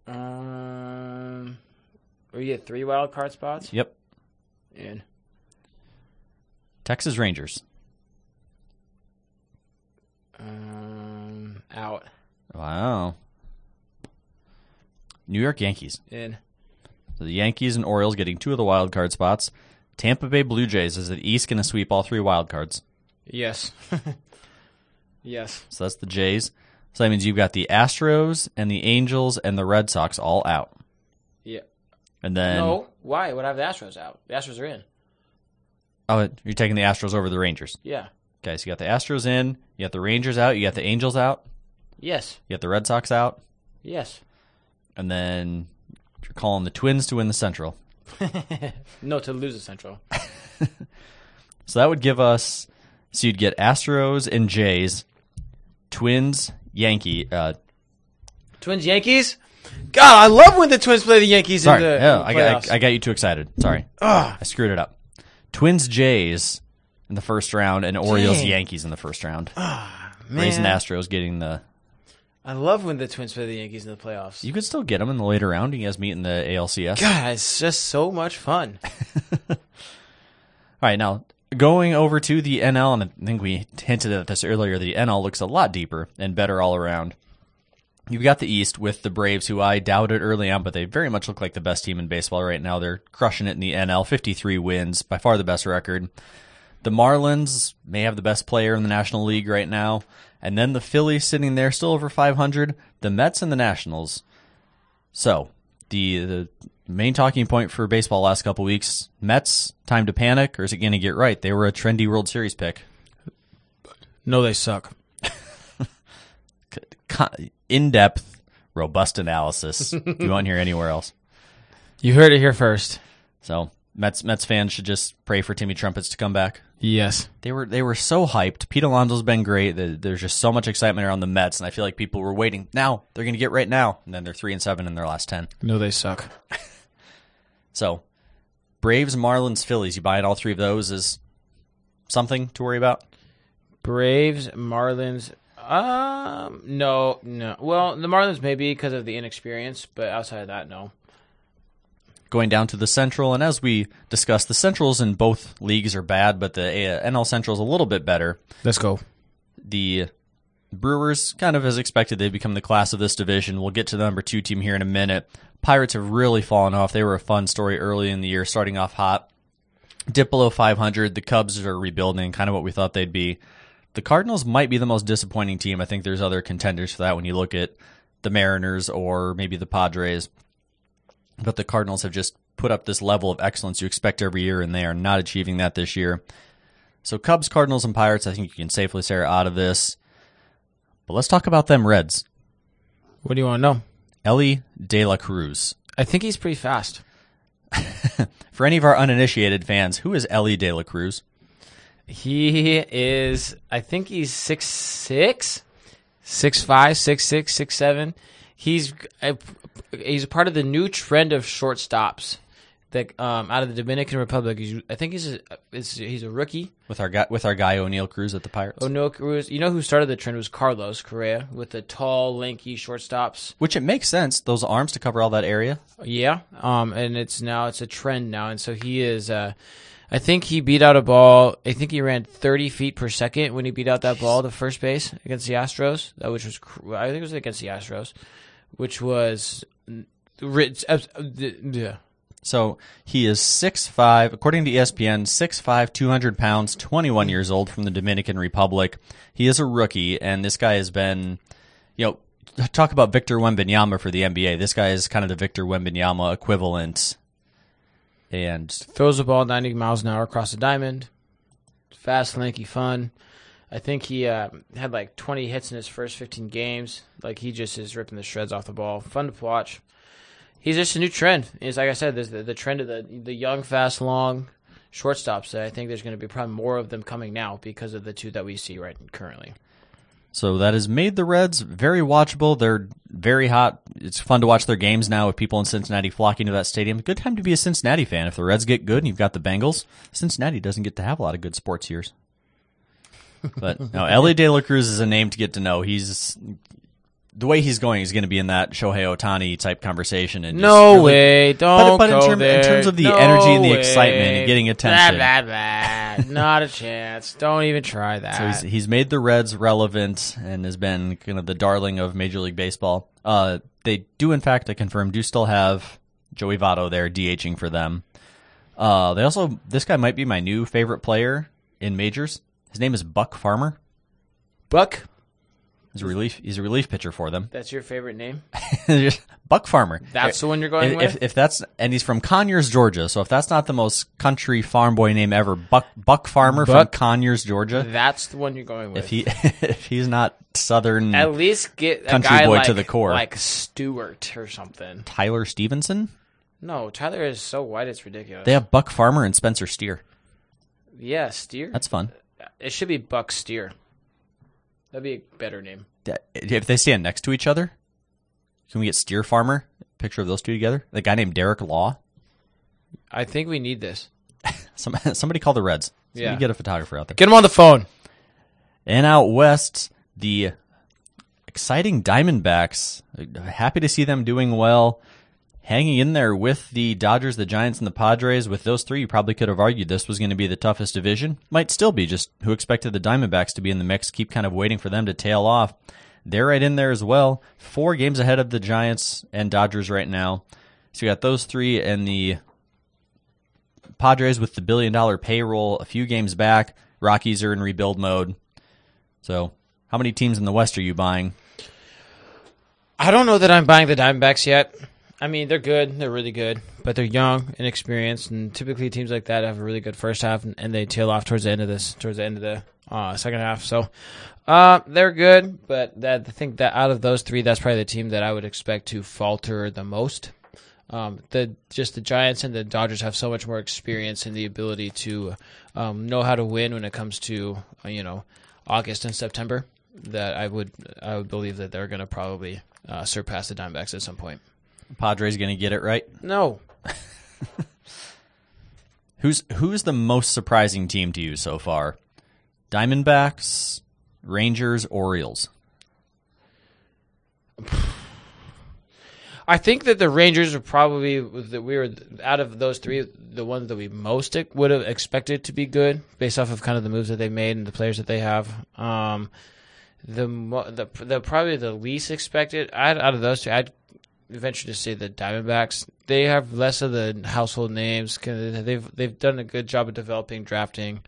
Speaker 2: Um, we get three wild card spots.
Speaker 1: Yep,
Speaker 2: In.
Speaker 1: Texas Rangers.
Speaker 2: Um, out.
Speaker 1: Wow. New York Yankees.
Speaker 2: In.
Speaker 1: So the Yankees and Orioles getting two of the wild card spots. Tampa Bay Blue Jays is the East going to sweep all three wild cards.
Speaker 2: Yes. [LAUGHS] yes.
Speaker 1: So that's the Jays. So that means you've got the Astros and the Angels and the Red Sox all out,
Speaker 2: Yeah.
Speaker 1: and then
Speaker 2: no. Why would I have the Astros out? The Astros are in.
Speaker 1: oh, you're taking the Astros over the Rangers.
Speaker 2: Yeah.
Speaker 1: Okay, so you got the Astros in, you got the Rangers out, you got the Angels out,
Speaker 2: Yes.
Speaker 1: you got the Red Sox out, [LAUGHS]
Speaker 2: Yes.
Speaker 1: and then you're calling the Twins to win the Central.
Speaker 2: No, to lose the Central.
Speaker 1: So that would give us so you'd get Astros and Jays, Twins, Yankee. Uh,
Speaker 2: Twins, Yankees. God, I love when the Twins play the Yankees
Speaker 1: sorry,
Speaker 2: in the,
Speaker 1: yeah,
Speaker 2: in the
Speaker 1: I, got,
Speaker 2: playoffs.
Speaker 1: I, I got you too excited. Sorry, I screwed it up. Twins, Jays in the first round, and Orioles,
Speaker 2: Dang. Oh,
Speaker 1: Yankees in the first round.
Speaker 2: Man,
Speaker 1: Rays and Astros getting the.
Speaker 2: I love when the Twins play the Yankees in the playoffs.
Speaker 1: You could still get them in the later round. You guys meet in the ALCS.
Speaker 2: God, it's just so
Speaker 1: [LAUGHS]
Speaker 2: much fun.
Speaker 1: All right, now going over to the NL, and I think we hinted at this earlier. The NL looks a lot deeper and better all around. You've got the East with the Braves, who I doubted early on, but they very much look like the best team in baseball right now. They're crushing it in the NL, 53 wins, by far the best record. The Marlins may have the best player in the National League right now. And then the Phillies sitting there still over 500, the Mets and the Nationals. So, the, the main talking point for baseball last couple weeks Mets, time to panic, or is it going to get right? They were a trendy World Series pick.
Speaker 3: No, they suck.
Speaker 1: In depth, robust analysis. you won't hear anywhere else.
Speaker 3: You heard it here first.
Speaker 1: So Mets Mets fans should just pray for Timmy Trumpets to come back.
Speaker 3: Yes,
Speaker 1: They were they were so hyped. Pete Alonso's been great. There- There's just so much excitement around the Mets, and I feel like people were waiting. Now they're going to get right now, and then they're three and seven in their last ten.
Speaker 3: no, they suck.
Speaker 1: So Braves, Marlins, Phillies. You buying all three of those is something to worry about.
Speaker 2: Braves, Marlins. Um, no, no. Well, the Marlins maybe because of the inexperience, but outside of that, no.
Speaker 1: going down to the Central. And as we discussed, the Centrals in both leagues are bad, but the uh, NL Central is a little bit better.
Speaker 3: Let's go.
Speaker 1: The Brewers, kind of as expected, they've become the class of this division. We'll get to the number two team here in a minute. Pirates have really fallen off. They were a fun story early in the year, starting off hot. Dip below 500. The Cubs are rebuilding, kind of what we thought they'd be. The Cardinals might be the most disappointing team. I think there's other contenders for that when you look at the Mariners or maybe the Padres but the Cardinals have just put up this level of excellence you expect every year, and they are not achieving that this year. So Cubs, Cardinals, and Pirates, I think you can safely say are out of this. But let's talk about them Reds.
Speaker 3: What do you want to know?
Speaker 1: Ellie De La Cruz.
Speaker 3: I think he's pretty fast.
Speaker 1: For any of our uninitiated fans, who is Ellie De La Cruz?
Speaker 3: He is. I think he's six six, six five, six six, six seven. He's I, he's a part of the new trend of shortstops that um, out of the Dominican Republic. He's, I think he's a, it's, he's a rookie.
Speaker 1: With our guy, with our guy O'Neill Cruz at the Pirates,
Speaker 2: O'Neill Cruz. You know who started the trend was Carlos Correa with the tall, lanky shortstops.
Speaker 1: which it makes sense. Those arms to cover all that area.
Speaker 2: Yeah, um, and it's now it's a trend now, and so he is. Uh, I think he beat out a ball. I think he ran 30 feet per second when he beat out that ball to first base against the Astros, uh, which was cr- I think it was against the Astros, which was mm, ri- abs- uh, d- yeah.
Speaker 1: So he is 6'5", according to E ESPN, 6'5", 200 pounds, 21 years old from the Dominican Republic. He is a rookie, and this guy has been, you know, talk about Victor Wembanyama for the NBA. This guy is kind of the Victor Wembanyama equivalent. And
Speaker 2: throws the ball 90 miles an hour across the diamond. Fast, lanky, fun. I think he uh, had like 20 hits in his first 15 games. Like he just is ripping the shreds off the ball. Fun to watch. He's just a new trend. It's like I said, there's the, the trend of the the young, fast, long shortstops. That I think there's going to be probably more of them coming now because of the two that we see right currently.
Speaker 1: so that has made the Reds very watchable. They're very hot. It's fun to watch their games now with people in Cincinnati flocking to that stadium. Good time to be a Cincinnati fan. If the Reds get good and you've got the Bengals, Cincinnati doesn't get to have a lot of good sports years. But no, Ellie De La Cruz is a name to get to know. He's the way he's going is going to be in that Shohei Otani type conversation. And just
Speaker 2: No
Speaker 1: really-
Speaker 2: way! Don't
Speaker 1: but in
Speaker 2: go
Speaker 1: term- in
Speaker 2: there.
Speaker 1: terms of the
Speaker 2: No
Speaker 1: energy and the
Speaker 2: way.
Speaker 1: excitement and getting attention.
Speaker 2: Blah, blah, blah. Not a chance. Don't even try
Speaker 1: [LAUGHS]
Speaker 2: that.
Speaker 1: So he's, he's made the Reds relevant and has been kind of the darling of Major League Baseball. Uh, they do, in fact, I confirm, do still have Joey Votto there DHing for them. Uh, they also this guy might be my new favorite player in majors. His name is Buck Farmer.
Speaker 2: Buck,
Speaker 1: He's a relief. He's a relief pitcher for them. [LAUGHS]
Speaker 2: that's your favorite name.
Speaker 1: Just Buck Farmer.
Speaker 2: That's the one you're going
Speaker 1: if,
Speaker 2: with.
Speaker 1: if that's and he's from Conyers, Georgia. So if that's not the most country farm boy name ever, Buck Buck Farmer
Speaker 3: Buck-
Speaker 1: from Conyers, Georgia.
Speaker 2: That's the one you're going with.
Speaker 1: If he [LAUGHS] if he's not southern
Speaker 2: At least get a
Speaker 1: Country
Speaker 2: guy
Speaker 1: boy
Speaker 2: like,
Speaker 1: to the core.
Speaker 2: like Stewart or something.
Speaker 1: Tyler Stevenson,
Speaker 2: No, Tyler is so white, it's ridiculous.
Speaker 1: They have Buck Farmer and Spencer Steer.
Speaker 2: yeah, Steer.
Speaker 1: That's fun.
Speaker 2: It should be Buck Steer. That'd be a better name.
Speaker 1: That- If they stand next to each other, can we get Steer Farmer? Picture of those two together. The guy named Derek Law.
Speaker 2: I think we need this.
Speaker 1: Some, [LAUGHS] somebody call the Reds. Somebody
Speaker 2: Yeah.
Speaker 1: get a photographer out there.
Speaker 3: Get him on the phone.
Speaker 1: And out west, the exciting Diamondbacks. Happy to see them doing well, hanging in there with the Dodgers, the Giants, and the Padres. With those three, you probably could have argued this was going to be the toughest division. Might still be, just who expected the Diamondbacks to be in the mix, keep kind of waiting for them to tail off. They're right in there as well. Four games ahead of the Giants and Dodgers right now. So you got those three and the Padres with the billion dollar payroll a few games back. Rockies are in rebuild mode. So how many teams in the West are you buying?
Speaker 2: I don't know that I'm buying the Diamondbacks yet. I mean, they're good. They're really good, but they're young and experienced, and typically teams like that have a really good first half, and, and they tail off towards the end of this, towards the end of the uh, second half. So, uh, they're good, but that, I think that out of those three, that's probably the team that I would expect to falter the most. Um, the just the Giants and the Dodgers have so much more experience and the ability to um, know how to win when it comes to uh, you know August and September. That I would I would believe that they're going to probably uh, surpass the Diamondbacks at some point.
Speaker 1: Padres going to get it right.
Speaker 2: No,
Speaker 1: Who's who's the most surprising team to you so far? Diamondbacks, Rangers, Orioles.
Speaker 2: I think that the Rangers are probably that we were out of those three the ones that we most ex- would have expected to be good based off of kind of the moves that they made and the players that they have. Um, the mo- the the probably the least expected I'd, out of those two, I'd venture to say the Diamondbacks. They have less of the household names. 'cause They've they've done a good job of developing drafting,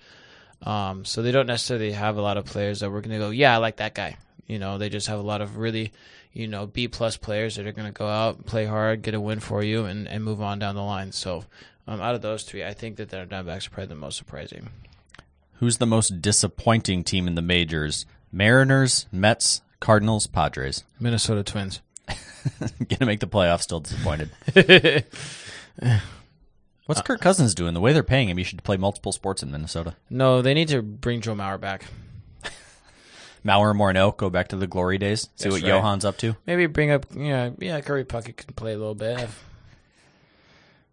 Speaker 2: um, so they don't necessarily have a lot of players that we're going to go. Yeah, I like that guy. You know, they just have a lot of really, you know, B plus players that are going to go out, play hard, get a win for you, and, and move on down the line. So, um, out of those three, I think that their Diamondbacks are probably the most surprising.
Speaker 1: Who's the most disappointing team in the majors? Mariners, Mets, Cardinals, Padres. [LAUGHS]
Speaker 2: Minnesota Twins.
Speaker 1: Gonna make the playoffs. Still
Speaker 2: [LAUGHS]
Speaker 1: disappointed. What's Kirk Cousins doing? The way they're paying him, he should play multiple sports in Minnesota.
Speaker 2: No, they need to bring Joe Mauer back.
Speaker 1: Mauer Morneau, go back to the glory days. See
Speaker 2: That's
Speaker 1: what
Speaker 2: right.
Speaker 1: Johan's up to.
Speaker 2: Maybe bring up, yeah, yeah, Curry Puckett can play a little bit. If-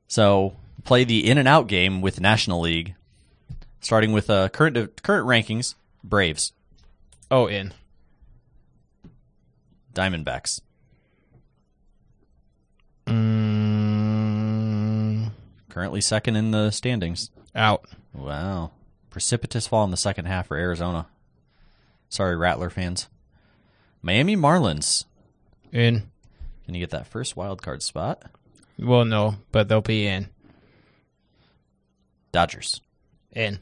Speaker 1: So play the in and out game with National League, starting with uh, current current rankings: Braves,
Speaker 2: Oh, in.
Speaker 1: Diamondbacks,
Speaker 2: Mm,
Speaker 1: currently second in the standings.
Speaker 2: out.
Speaker 1: Wow, precipitous fall in the second half for Arizona. Sorry, Rattler fans. Miami Marlins.
Speaker 2: In.
Speaker 1: Can you get that first wild card spot?
Speaker 2: Well, no, but they'll be in.
Speaker 1: Dodgers,
Speaker 2: In.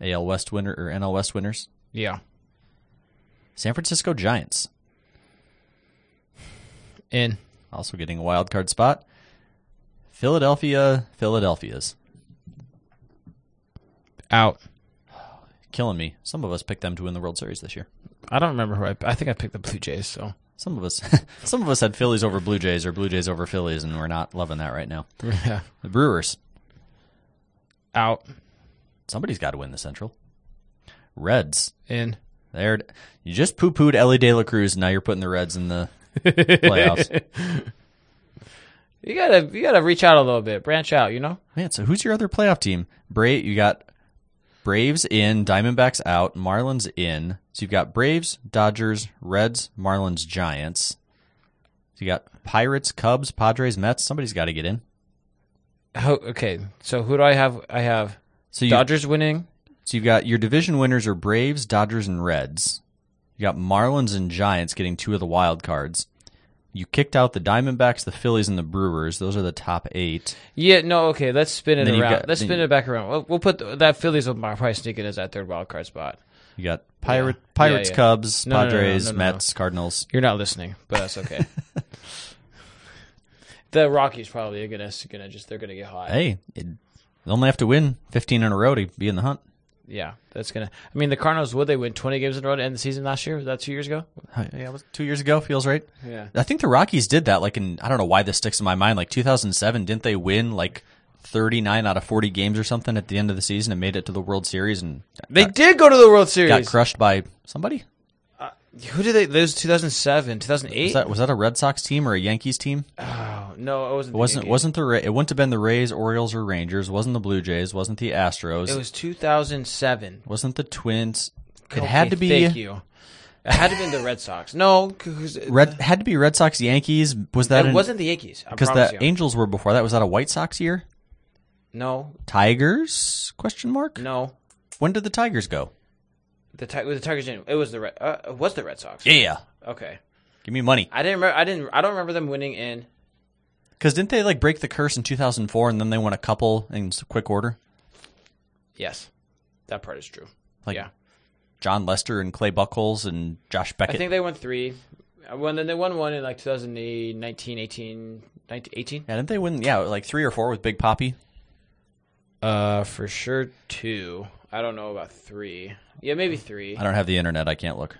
Speaker 1: AL West winner or NL West winners.
Speaker 2: Yeah.
Speaker 1: San Francisco Giants,
Speaker 2: In.
Speaker 1: also getting a wild card spot. Philadelphia, Philadelphia's
Speaker 2: Out.
Speaker 1: killing me. Some of us picked them to win the World Series this year.
Speaker 2: I don't remember who I. I think I picked the Blue Jays. So
Speaker 1: Some of us, [LAUGHS] some of us had Phillies over Blue Jays or Blue Jays over Phillies, and we're not loving that right now.
Speaker 2: [LAUGHS] yeah.
Speaker 1: The Brewers,
Speaker 2: Out.
Speaker 1: somebody's got to win the Central. Reds,
Speaker 2: In.
Speaker 1: there, you just poo pooed Ellie De La Cruz, and now you're putting the Reds in the playoffs.
Speaker 2: You gotta you gotta reach out a little bit, branch out. You know.
Speaker 1: Man, so who's your other playoff team? Bra you got Braves in, Diamondbacks out, Marlins in. So you've got Braves, Dodgers, Reds, Marlins, Giants. So you got Pirates, Cubs, Padres, Mets. Somebody's got to get in.
Speaker 2: How, okay. So who do I have? I have
Speaker 1: So you,
Speaker 2: Dodgers winning.
Speaker 1: So you've got your division winners are Braves, Dodgers, and Reds. You got Marlins and Giants getting two of the wild cards. You kicked out the Diamondbacks, the Phillies, and the Brewers. Those are the top eight.
Speaker 2: Yeah. No. Okay. Let's spin it
Speaker 1: Then you
Speaker 2: around.
Speaker 1: got-
Speaker 2: let's
Speaker 1: then
Speaker 2: spin
Speaker 1: you-
Speaker 2: it back around. We'll, we'll put the, that Phillies will probably sneak in as that third wild card spot.
Speaker 1: You got Pirate,
Speaker 2: Yeah,
Speaker 1: Pirates,
Speaker 2: yeah.
Speaker 1: Cubs,
Speaker 2: No, no, no, no,
Speaker 1: Padres,
Speaker 2: no, no, no.
Speaker 1: Mets, Cardinals.
Speaker 2: You're not listening, but that's [LAUGHS] okay. the Rockies probably are gonna gonna just they're gonna get hot.
Speaker 1: Hey, it, they only have to win 15 in a row to be in the hunt.
Speaker 2: Yeah, that's gonna. I mean, the Cardinals would they win twenty games in a row to end the season last year? Was that two years ago?
Speaker 1: Yeah, it was two years ago feels right.
Speaker 2: Yeah.
Speaker 1: I think the Rockies did that. Like in I don't know why this sticks in my mind. Like 2007, didn't they win like 39 out of 40 games or something at the end of the season and made it to the World Series and
Speaker 2: They did go to the World
Speaker 1: got
Speaker 2: Series.
Speaker 1: crushed by somebody.
Speaker 2: Who did they lose? Two thousand seven, two thousand eight.
Speaker 1: Was that was that a Red Sox team or a Yankees team? It
Speaker 2: No, it wasn't. the
Speaker 1: wasn't
Speaker 2: Yankees.
Speaker 1: wasn't the Ra- it wouldn't have been the Rays, Orioles, or Rangers. Wasn't the Blue Jays? Wasn't the Astros?
Speaker 2: It was two thousand seven.
Speaker 1: wasn't the Twins? It had to
Speaker 2: Thank
Speaker 1: be uh,
Speaker 2: you. It had to have been the Red Sox. No, because it
Speaker 1: Red. Had to be Red Sox, Yankees. Was that
Speaker 2: wasn't the Yankees. I
Speaker 1: because
Speaker 2: promise
Speaker 1: the
Speaker 2: you.
Speaker 1: Angels were before that? Was that a White Sox year?
Speaker 2: no,
Speaker 1: Tigers? Question mark.
Speaker 2: no.
Speaker 1: When did the Tigers go?
Speaker 2: The Ti- the Tigers didn't. It was the Red. Uh, it was the Red Sox.
Speaker 1: Yeah,
Speaker 2: Okay.
Speaker 1: Give me money.
Speaker 2: I didn't. Remember, I didn't. I don't remember them winning in.
Speaker 1: Because didn't they like break the curse in 2004 and then they won a couple in s- quick order?
Speaker 2: Yes, that part is true.
Speaker 1: Like
Speaker 2: Yeah.
Speaker 1: John Lester and Clay Buckles and Josh
Speaker 2: I
Speaker 1: Beckett.
Speaker 2: think they won three. Uh, Well, then they won one in like 2019, 18, 19, 18.
Speaker 1: yeah, didn't they win? Yeah, like three or four with Big Poppy.
Speaker 2: Uh, for sure two. I don't know about three. Yeah, maybe three.
Speaker 1: I don't have the internet. I can't look.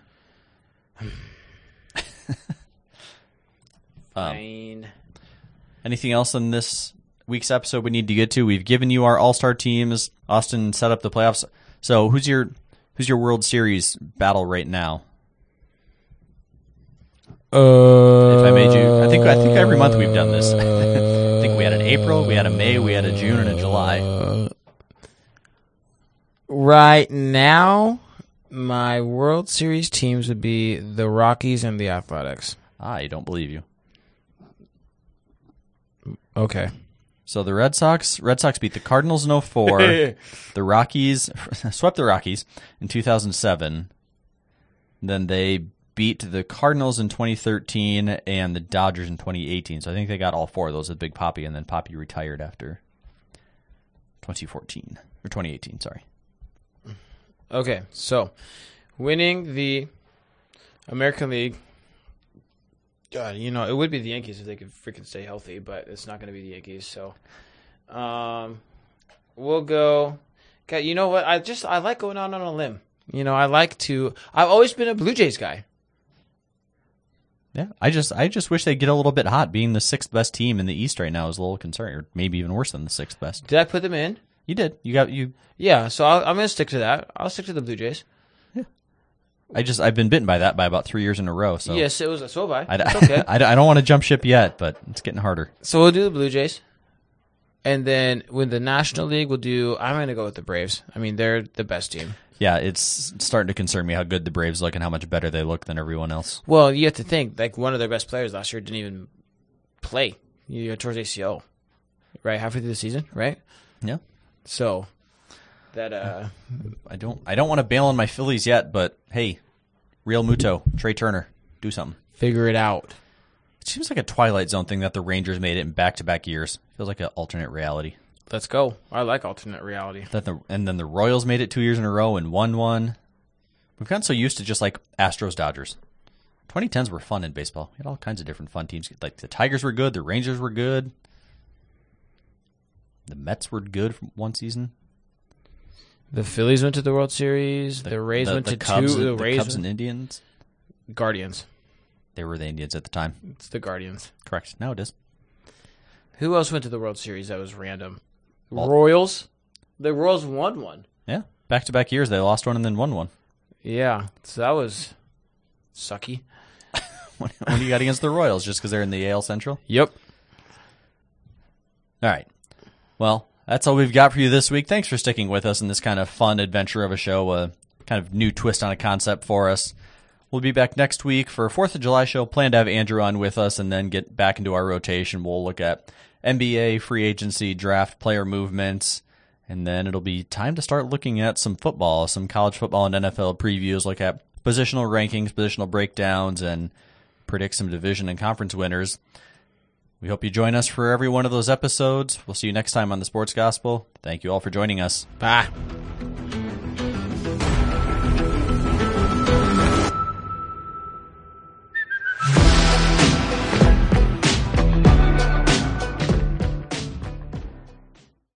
Speaker 2: Nine.
Speaker 1: Anything else in this week's episode we need to get to? We've given you our All Star teams. Austin set up the playoffs. So who's your who's your World Series battle right now?
Speaker 3: Uh,
Speaker 1: If I made you, I think I think every month we've done this. [LAUGHS] I think we had an April, we had a May, we had a June, and a July.
Speaker 3: right now, my World Series teams would be the Rockies and the Athletics.
Speaker 1: I don't believe you.
Speaker 3: Okay.
Speaker 1: So the Red Sox, Red Sox beat the Cardinals in
Speaker 3: [LAUGHS]
Speaker 1: 04. the Rockies [LAUGHS] swept the Rockies in 2007. Then they beat the Cardinals in 2013 and the Dodgers in 2018. So I think they got all four of those with Big Poppy and then Poppy retired after 2014 or 2018, sorry.
Speaker 2: Okay, so winning the American League. God, you know it would be the Yankees if they could freaking stay healthy, but it's not going to be the Yankees. So, um, we'll go. Okay, you know what? I just I like going out on a limb. You know, I like to. I've always been a Blue Jays guy.
Speaker 1: Yeah, I just I just wish they would get a little bit hot. Being the sixth best team in the East right now is a little concerning, or maybe even worse than the sixth best.
Speaker 2: Did I put them in?
Speaker 1: You did. You got you.
Speaker 2: Yeah. So I'll, I'm going to stick to that. I'll stick to the Blue Jays.
Speaker 1: I just I've been bitten by that by about three years in a row. So
Speaker 2: Yes, it was a so have I.
Speaker 1: Oh. [LAUGHS] I,
Speaker 2: It's okay.
Speaker 1: I, I don't want to jump ship yet, but it's getting harder.
Speaker 2: So we'll do the Blue Jays, and then with the National League, we'll do. I'm gonna go with the Braves. I mean, they're the best team.
Speaker 1: Yeah, it's starting to concern me how good the Braves look and how much better they look than everyone else.
Speaker 2: Well, you have to think like one of their best players last year didn't even play. You got towards ACL, right halfway through the season, right?
Speaker 1: Yeah,
Speaker 2: So that uh,
Speaker 1: I don't I don't want to bail on my Phillies yet, but hey, Real Muto, Trey Turner, do something.
Speaker 2: figure it out.
Speaker 1: It seems like a Twilight Zone thing that the Rangers made it in back to back years. Feels like an alternate reality.
Speaker 2: Let's go. I like alternate reality.
Speaker 1: That the, and then the Royals made it two years in a row and won one. We've gotten so used to just like Astros, Dodgers. 2010s were fun in baseball. We had all kinds of different fun teams. Like the Tigers were good, the Rangers were good, the Mets were good from one season.
Speaker 2: The Phillies went to the World Series. The, Rays
Speaker 1: the,
Speaker 2: went
Speaker 1: the
Speaker 2: to
Speaker 1: Cubs,
Speaker 2: two.
Speaker 1: and-
Speaker 2: The,
Speaker 1: the
Speaker 2: Rays,
Speaker 1: Cubs and
Speaker 2: went-
Speaker 1: Indians.
Speaker 2: Guardians.
Speaker 1: They were the Indians at the time.
Speaker 2: It's the Guardians.
Speaker 1: Correct. Now it is.
Speaker 2: Who else went to the World Series that was random?
Speaker 1: All-
Speaker 2: Royals. The Royals won one.
Speaker 1: Yeah, back to back years they lost one and then
Speaker 2: [LAUGHS]
Speaker 1: won one.
Speaker 2: Yeah, so that was sucky.
Speaker 1: what what do you got against the Royals? Just because they're in the AL Central?
Speaker 2: Yep.
Speaker 1: All right. Well, that's all we've got for you this week. Thanks for sticking with us in this kind of fun adventure of a show, a kind of new twist on a concept for us. We'll be back next week for a 4th of July show. Plan to have Andrew on with us and then get back into our rotation. We'll look at NBA, free agency, draft, player movements, and then it'll be time to start looking at some football, some college football and NFL previews, look at positional rankings, positional breakdowns, and predict some division and conference winners. We hope you join us for every one of those episodes. We'll see you next time on the Sports Gospel. Thank you all for joining us.
Speaker 2: Bye.